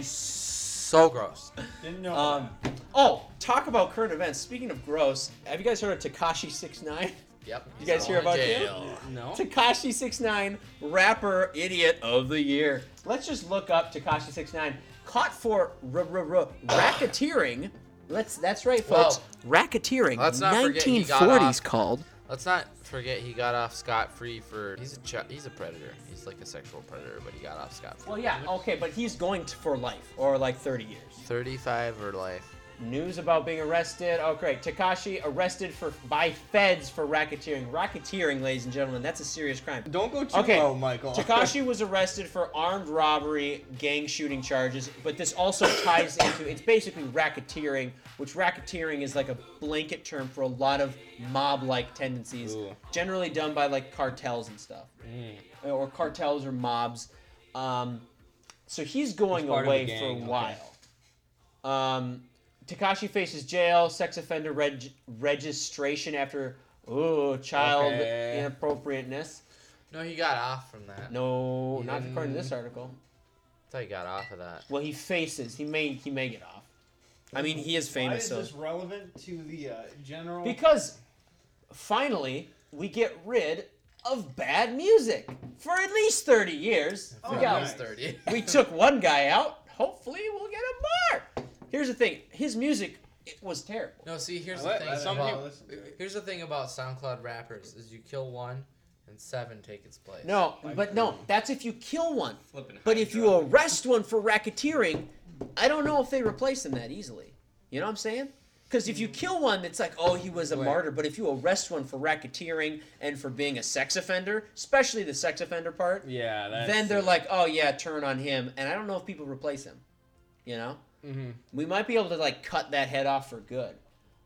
Speaker 4: So gross.
Speaker 5: Didn't know.
Speaker 3: um, oh, talk about current events. Speaking of gross, have you guys heard of Takashi Six Nine?
Speaker 4: Yep.
Speaker 3: You guys hear about him?
Speaker 4: No.
Speaker 3: Takashi 69 rapper idiot of the year. Let's just look up Takashi 69 caught for r- r- r- racketeering. Let's that's right folks. racketeering.
Speaker 4: let's not forget he
Speaker 3: 1940s
Speaker 4: got off.
Speaker 3: called.
Speaker 4: Let's not forget he got off scot free for he's a ch- he's a predator. He's like a sexual predator, but he got off scot free.
Speaker 3: Well yeah, okay, but he's going to, for life or like 30 years.
Speaker 4: Thirty-five or life.
Speaker 3: News about being arrested. Oh great. Takashi arrested for by feds for racketeering. Racketeering, ladies and gentlemen, that's a serious crime.
Speaker 1: Don't go too
Speaker 3: Okay.
Speaker 1: low, Michael.
Speaker 3: Takashi was arrested for armed robbery, gang shooting charges, but this also ties into it's basically racketeering, which racketeering is like a blanket term for a lot of mob-like tendencies,
Speaker 1: Ooh.
Speaker 3: generally done by like cartels and stuff, uh, or cartels or mobs. Um, so he's going
Speaker 1: He's part of a
Speaker 3: away for a
Speaker 1: gang, okay.
Speaker 3: while. Um, Takashi faces jail, sex offender reg- registration after ooh child
Speaker 1: Okay.
Speaker 3: inappropriateness.
Speaker 4: No, he got off from that.
Speaker 3: No, not
Speaker 1: Yeah.
Speaker 3: according to this article.
Speaker 4: I thought he got off of that.
Speaker 3: Well, he faces. He may. He may get off. I mean, he is
Speaker 5: Why
Speaker 3: famous.
Speaker 5: is
Speaker 3: So.
Speaker 5: this relevant to the uh, general?
Speaker 3: Because finally, we get rid of bad music for at least thirty years.
Speaker 5: Oh,
Speaker 3: we,
Speaker 5: yeah.
Speaker 3: got-
Speaker 4: He's thirty.
Speaker 3: we took one guy out. Hopefully, we'll get him more. Here's the thing. His music it was terrible.
Speaker 4: No, see, here's
Speaker 1: What?
Speaker 4: the
Speaker 1: Uh,
Speaker 4: thing.
Speaker 1: some
Speaker 4: about,
Speaker 1: people-
Speaker 4: here's the thing about SoundCloud rappers is you kill one, and seven take its place.
Speaker 3: No, but no. That's if you kill one.
Speaker 2: Flipping
Speaker 3: But if you arrest one for racketeering, I don't know if they replace him that easily. You know what I'm saying? Because if you kill one, it's like, oh, he was a martyr. But if you arrest one for racketeering and for being a sex offender, especially the sex offender part,
Speaker 1: Yeah, that's
Speaker 3: then they're like, oh yeah, turn on him. And I don't know if people replace him. You know,
Speaker 1: Mhm.
Speaker 3: we might be able to like cut that head off for good.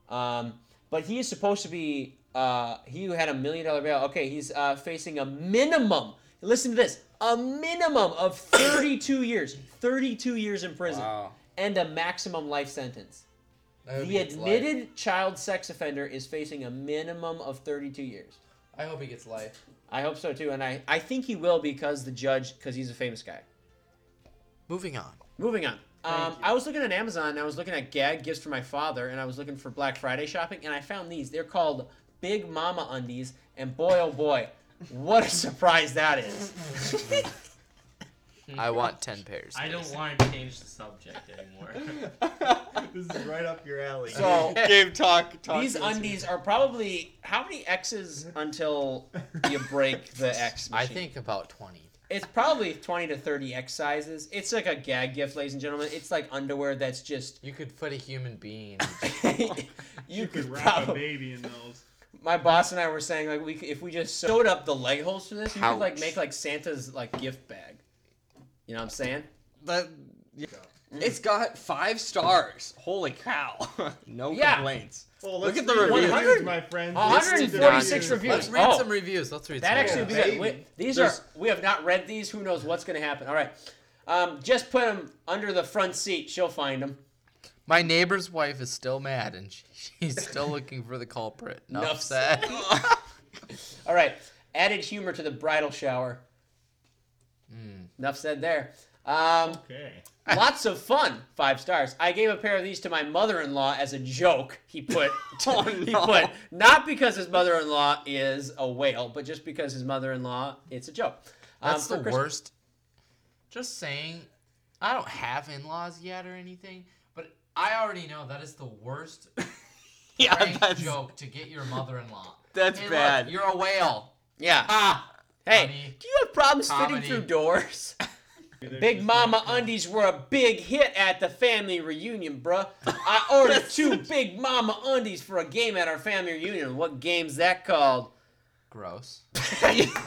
Speaker 3: Um, but he is supposed to be. Uh, he who had a million dollar bail. Okay, he's uh, facing a minimum. Listen to this: a minimum of thirty-two years, thirty-two years in prison,
Speaker 1: Wow.
Speaker 3: and a maximum life sentence.
Speaker 4: I hope
Speaker 3: The
Speaker 4: he gets life.
Speaker 3: admitted child sex offender is facing a minimum of thirty-two years.
Speaker 4: I hope he gets life.
Speaker 3: I hope so too, and I I think he will because the judge, because he's a famous guy.
Speaker 4: Moving on.
Speaker 3: Moving on. Um, I was looking at Amazon and I was looking at gag gifts for my father and I was looking for Black Friday shopping and I found these. They're called Big Mama Undies and boy oh boy, what a surprise that is.
Speaker 4: I want ten pairs.
Speaker 6: I
Speaker 4: please.
Speaker 6: don't want to change the subject anymore.
Speaker 5: this is right up your alley.
Speaker 3: So
Speaker 1: Gabe, talk, talk.
Speaker 3: these
Speaker 1: to us.
Speaker 3: undies are probably how many X's until you break the X
Speaker 4: I
Speaker 3: machine?
Speaker 4: think about twenty.
Speaker 3: it's probably 20 to 30 X sizes. It's like a gag gift, ladies and gentlemen. It's like underwear that's just
Speaker 4: You could put a human being. in each-
Speaker 3: you,
Speaker 5: you could wrap a
Speaker 3: probably
Speaker 5: baby in those.
Speaker 3: my boss and I were saying like we c- if we just sewed up the leg holes for this, you could like
Speaker 4: Pouch.
Speaker 3: make like Santa's like gift bag. You know what I'm saying?
Speaker 1: That- yeah. It's got five stars. Holy cow! no
Speaker 3: Yeah.
Speaker 1: complaints.
Speaker 5: Well,
Speaker 1: Look
Speaker 5: let's
Speaker 1: at the
Speaker 5: read
Speaker 1: reviews.
Speaker 5: my friends.
Speaker 3: 146
Speaker 4: Let's
Speaker 3: reviews.
Speaker 4: read
Speaker 3: Oh.
Speaker 4: some reviews. Let's read.
Speaker 3: That actually
Speaker 4: some
Speaker 3: would be
Speaker 4: reviews.
Speaker 3: good. We, these
Speaker 1: There's-
Speaker 3: are we have not read these. Who knows what's gonna happen? All right, um, just put them under the front seat. She'll find them.
Speaker 4: My neighbor's wife is still mad, and she, she's still looking for the culprit.
Speaker 3: Enough
Speaker 4: Enough said.
Speaker 3: All right, added humor to the bridal shower. Enough said there. Um,
Speaker 5: Okay.
Speaker 3: lots of fun. Five stars. I gave a pair of these to my mother-in-law as a joke. He put.
Speaker 1: Oh,
Speaker 3: He
Speaker 1: no.
Speaker 3: put not because his mother-in-law is a whale, but just because his mother-in-law. It's a joke. Um,
Speaker 4: That's
Speaker 3: for
Speaker 4: the
Speaker 3: Christmas-
Speaker 4: worst. Just saying, I don't have in-laws yet or anything, but I already know that is the worst
Speaker 1: Yeah,
Speaker 4: prank
Speaker 1: that's
Speaker 4: joke to get your mother-in-law.
Speaker 1: that's
Speaker 4: Hey, look,
Speaker 1: bad.
Speaker 4: you're a whale.
Speaker 3: Yeah.
Speaker 4: Ah,
Speaker 3: Hey,
Speaker 4: Funny.
Speaker 3: do you have problems
Speaker 4: Comedy.
Speaker 3: fitting through doors? Big Mama undies were a big hit at the family reunion, bruh. I ordered two Big Mama undies for a game at our family reunion. What game's that called?
Speaker 6: Gross.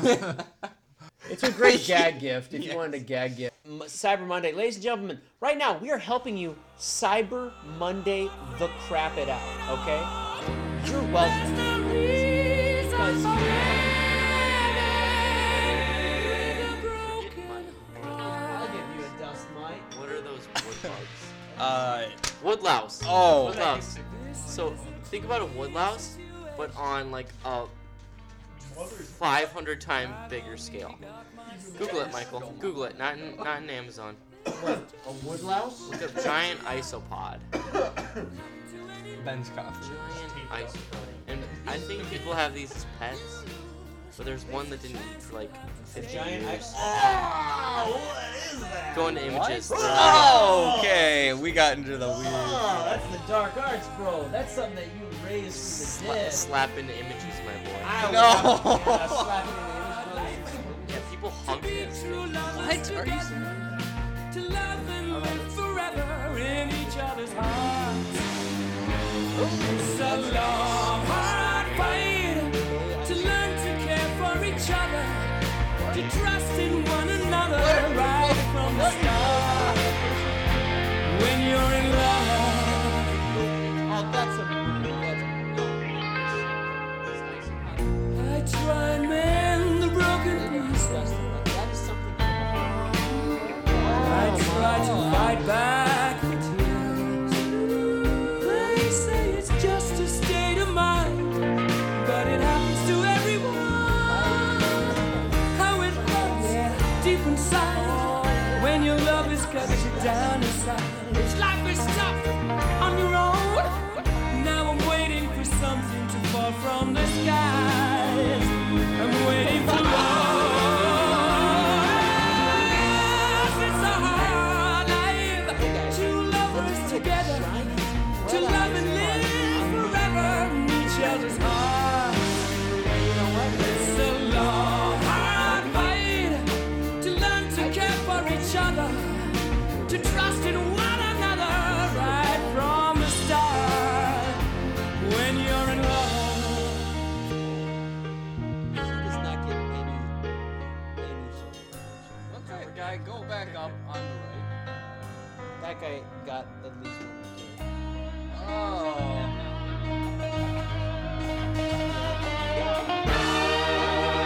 Speaker 3: It's a great gag gift if you wanted a gag gift. M- Cyber Monday, ladies and gentlemen, right now we are helping you Cyber Monday the crap it out, okay? You're welcome. I'll give you a dust mite.
Speaker 2: What are those woodlouse?
Speaker 1: Uh,
Speaker 2: woodlouse.
Speaker 1: oh,
Speaker 2: Woodlouse. So think about a woodlouse, but on like a 500 time bigger scale. Google it, Michael. Google it. Not in, not in Amazon.
Speaker 6: A woodlouse?
Speaker 2: Look up giant isopod.
Speaker 1: Ben's coffee.
Speaker 2: Giant isopod. And I think people have these as pets, but there's one that didn't eat for like 50
Speaker 3: Giant
Speaker 2: years.
Speaker 3: ice- Ah,
Speaker 2: Go into images. uh,
Speaker 1: Oh, okay, we got into the weird.
Speaker 3: Oh, that's the dark arts, bro. That's something that you raised from the
Speaker 2: Sla-
Speaker 3: dead.
Speaker 2: slap into images, my boy.
Speaker 3: I would
Speaker 1: No.
Speaker 3: have- yeah, slap it in the image, bro.
Speaker 2: Yeah, people hug these things.
Speaker 7: Trust in one another right from the start. When you're in love. I try and mend the broken pieces. I try to fight back the tears. They say it's just a state of mind, but it happens to everyone. How it hurts deep inside when your love has cut you down inside. It's life is tough on your own. Now I'm waiting for something to fall from the skies. I'm waiting for love. It's a hard life. Two lovers together. To love and live forever in each other's hearts. It's a long, hard fight to learn to care for each other to trust in one another right from the start when you're in love.
Speaker 3: Okay,
Speaker 6: guy, go back up on the
Speaker 3: That guy got at least one.
Speaker 1: Oh.
Speaker 6: right.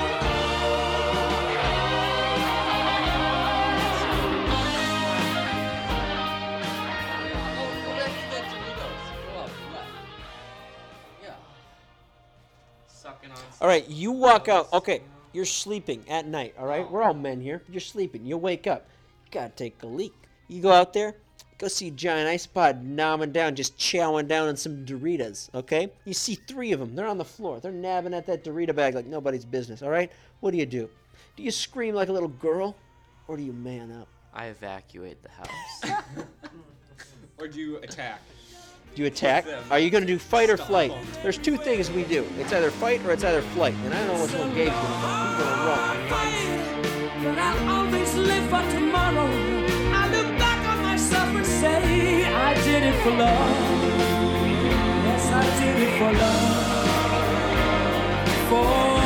Speaker 2: Sucking on
Speaker 3: All right, you walk out. Okay, you're sleeping at night. All right, we're all men here. You're sleeping. You'll wake up. You gotta take a leak. You go out there. Go see Giant Ice Pod nomming down, just chowing down on some Doritas. Okay, you see three of them. They're on the floor. They're nabbing at that Dorita bag like nobody's business. All right, what do you do? Do you scream like a little girl, or do you man up?
Speaker 2: I evacuate the house.
Speaker 1: Or do you attack?
Speaker 3: Do you attack?
Speaker 1: them.
Speaker 3: Are you going to do fight or
Speaker 1: Stomp
Speaker 3: flight?
Speaker 1: them.
Speaker 3: There's two things we do. It's either fight or it's either flight. And I don't know which one Gabe's going to do. He's going to run.
Speaker 7: But I'll always live for tomorrow. I look back on myself and say, I did it for love. Yes, I did it for love. Oh, For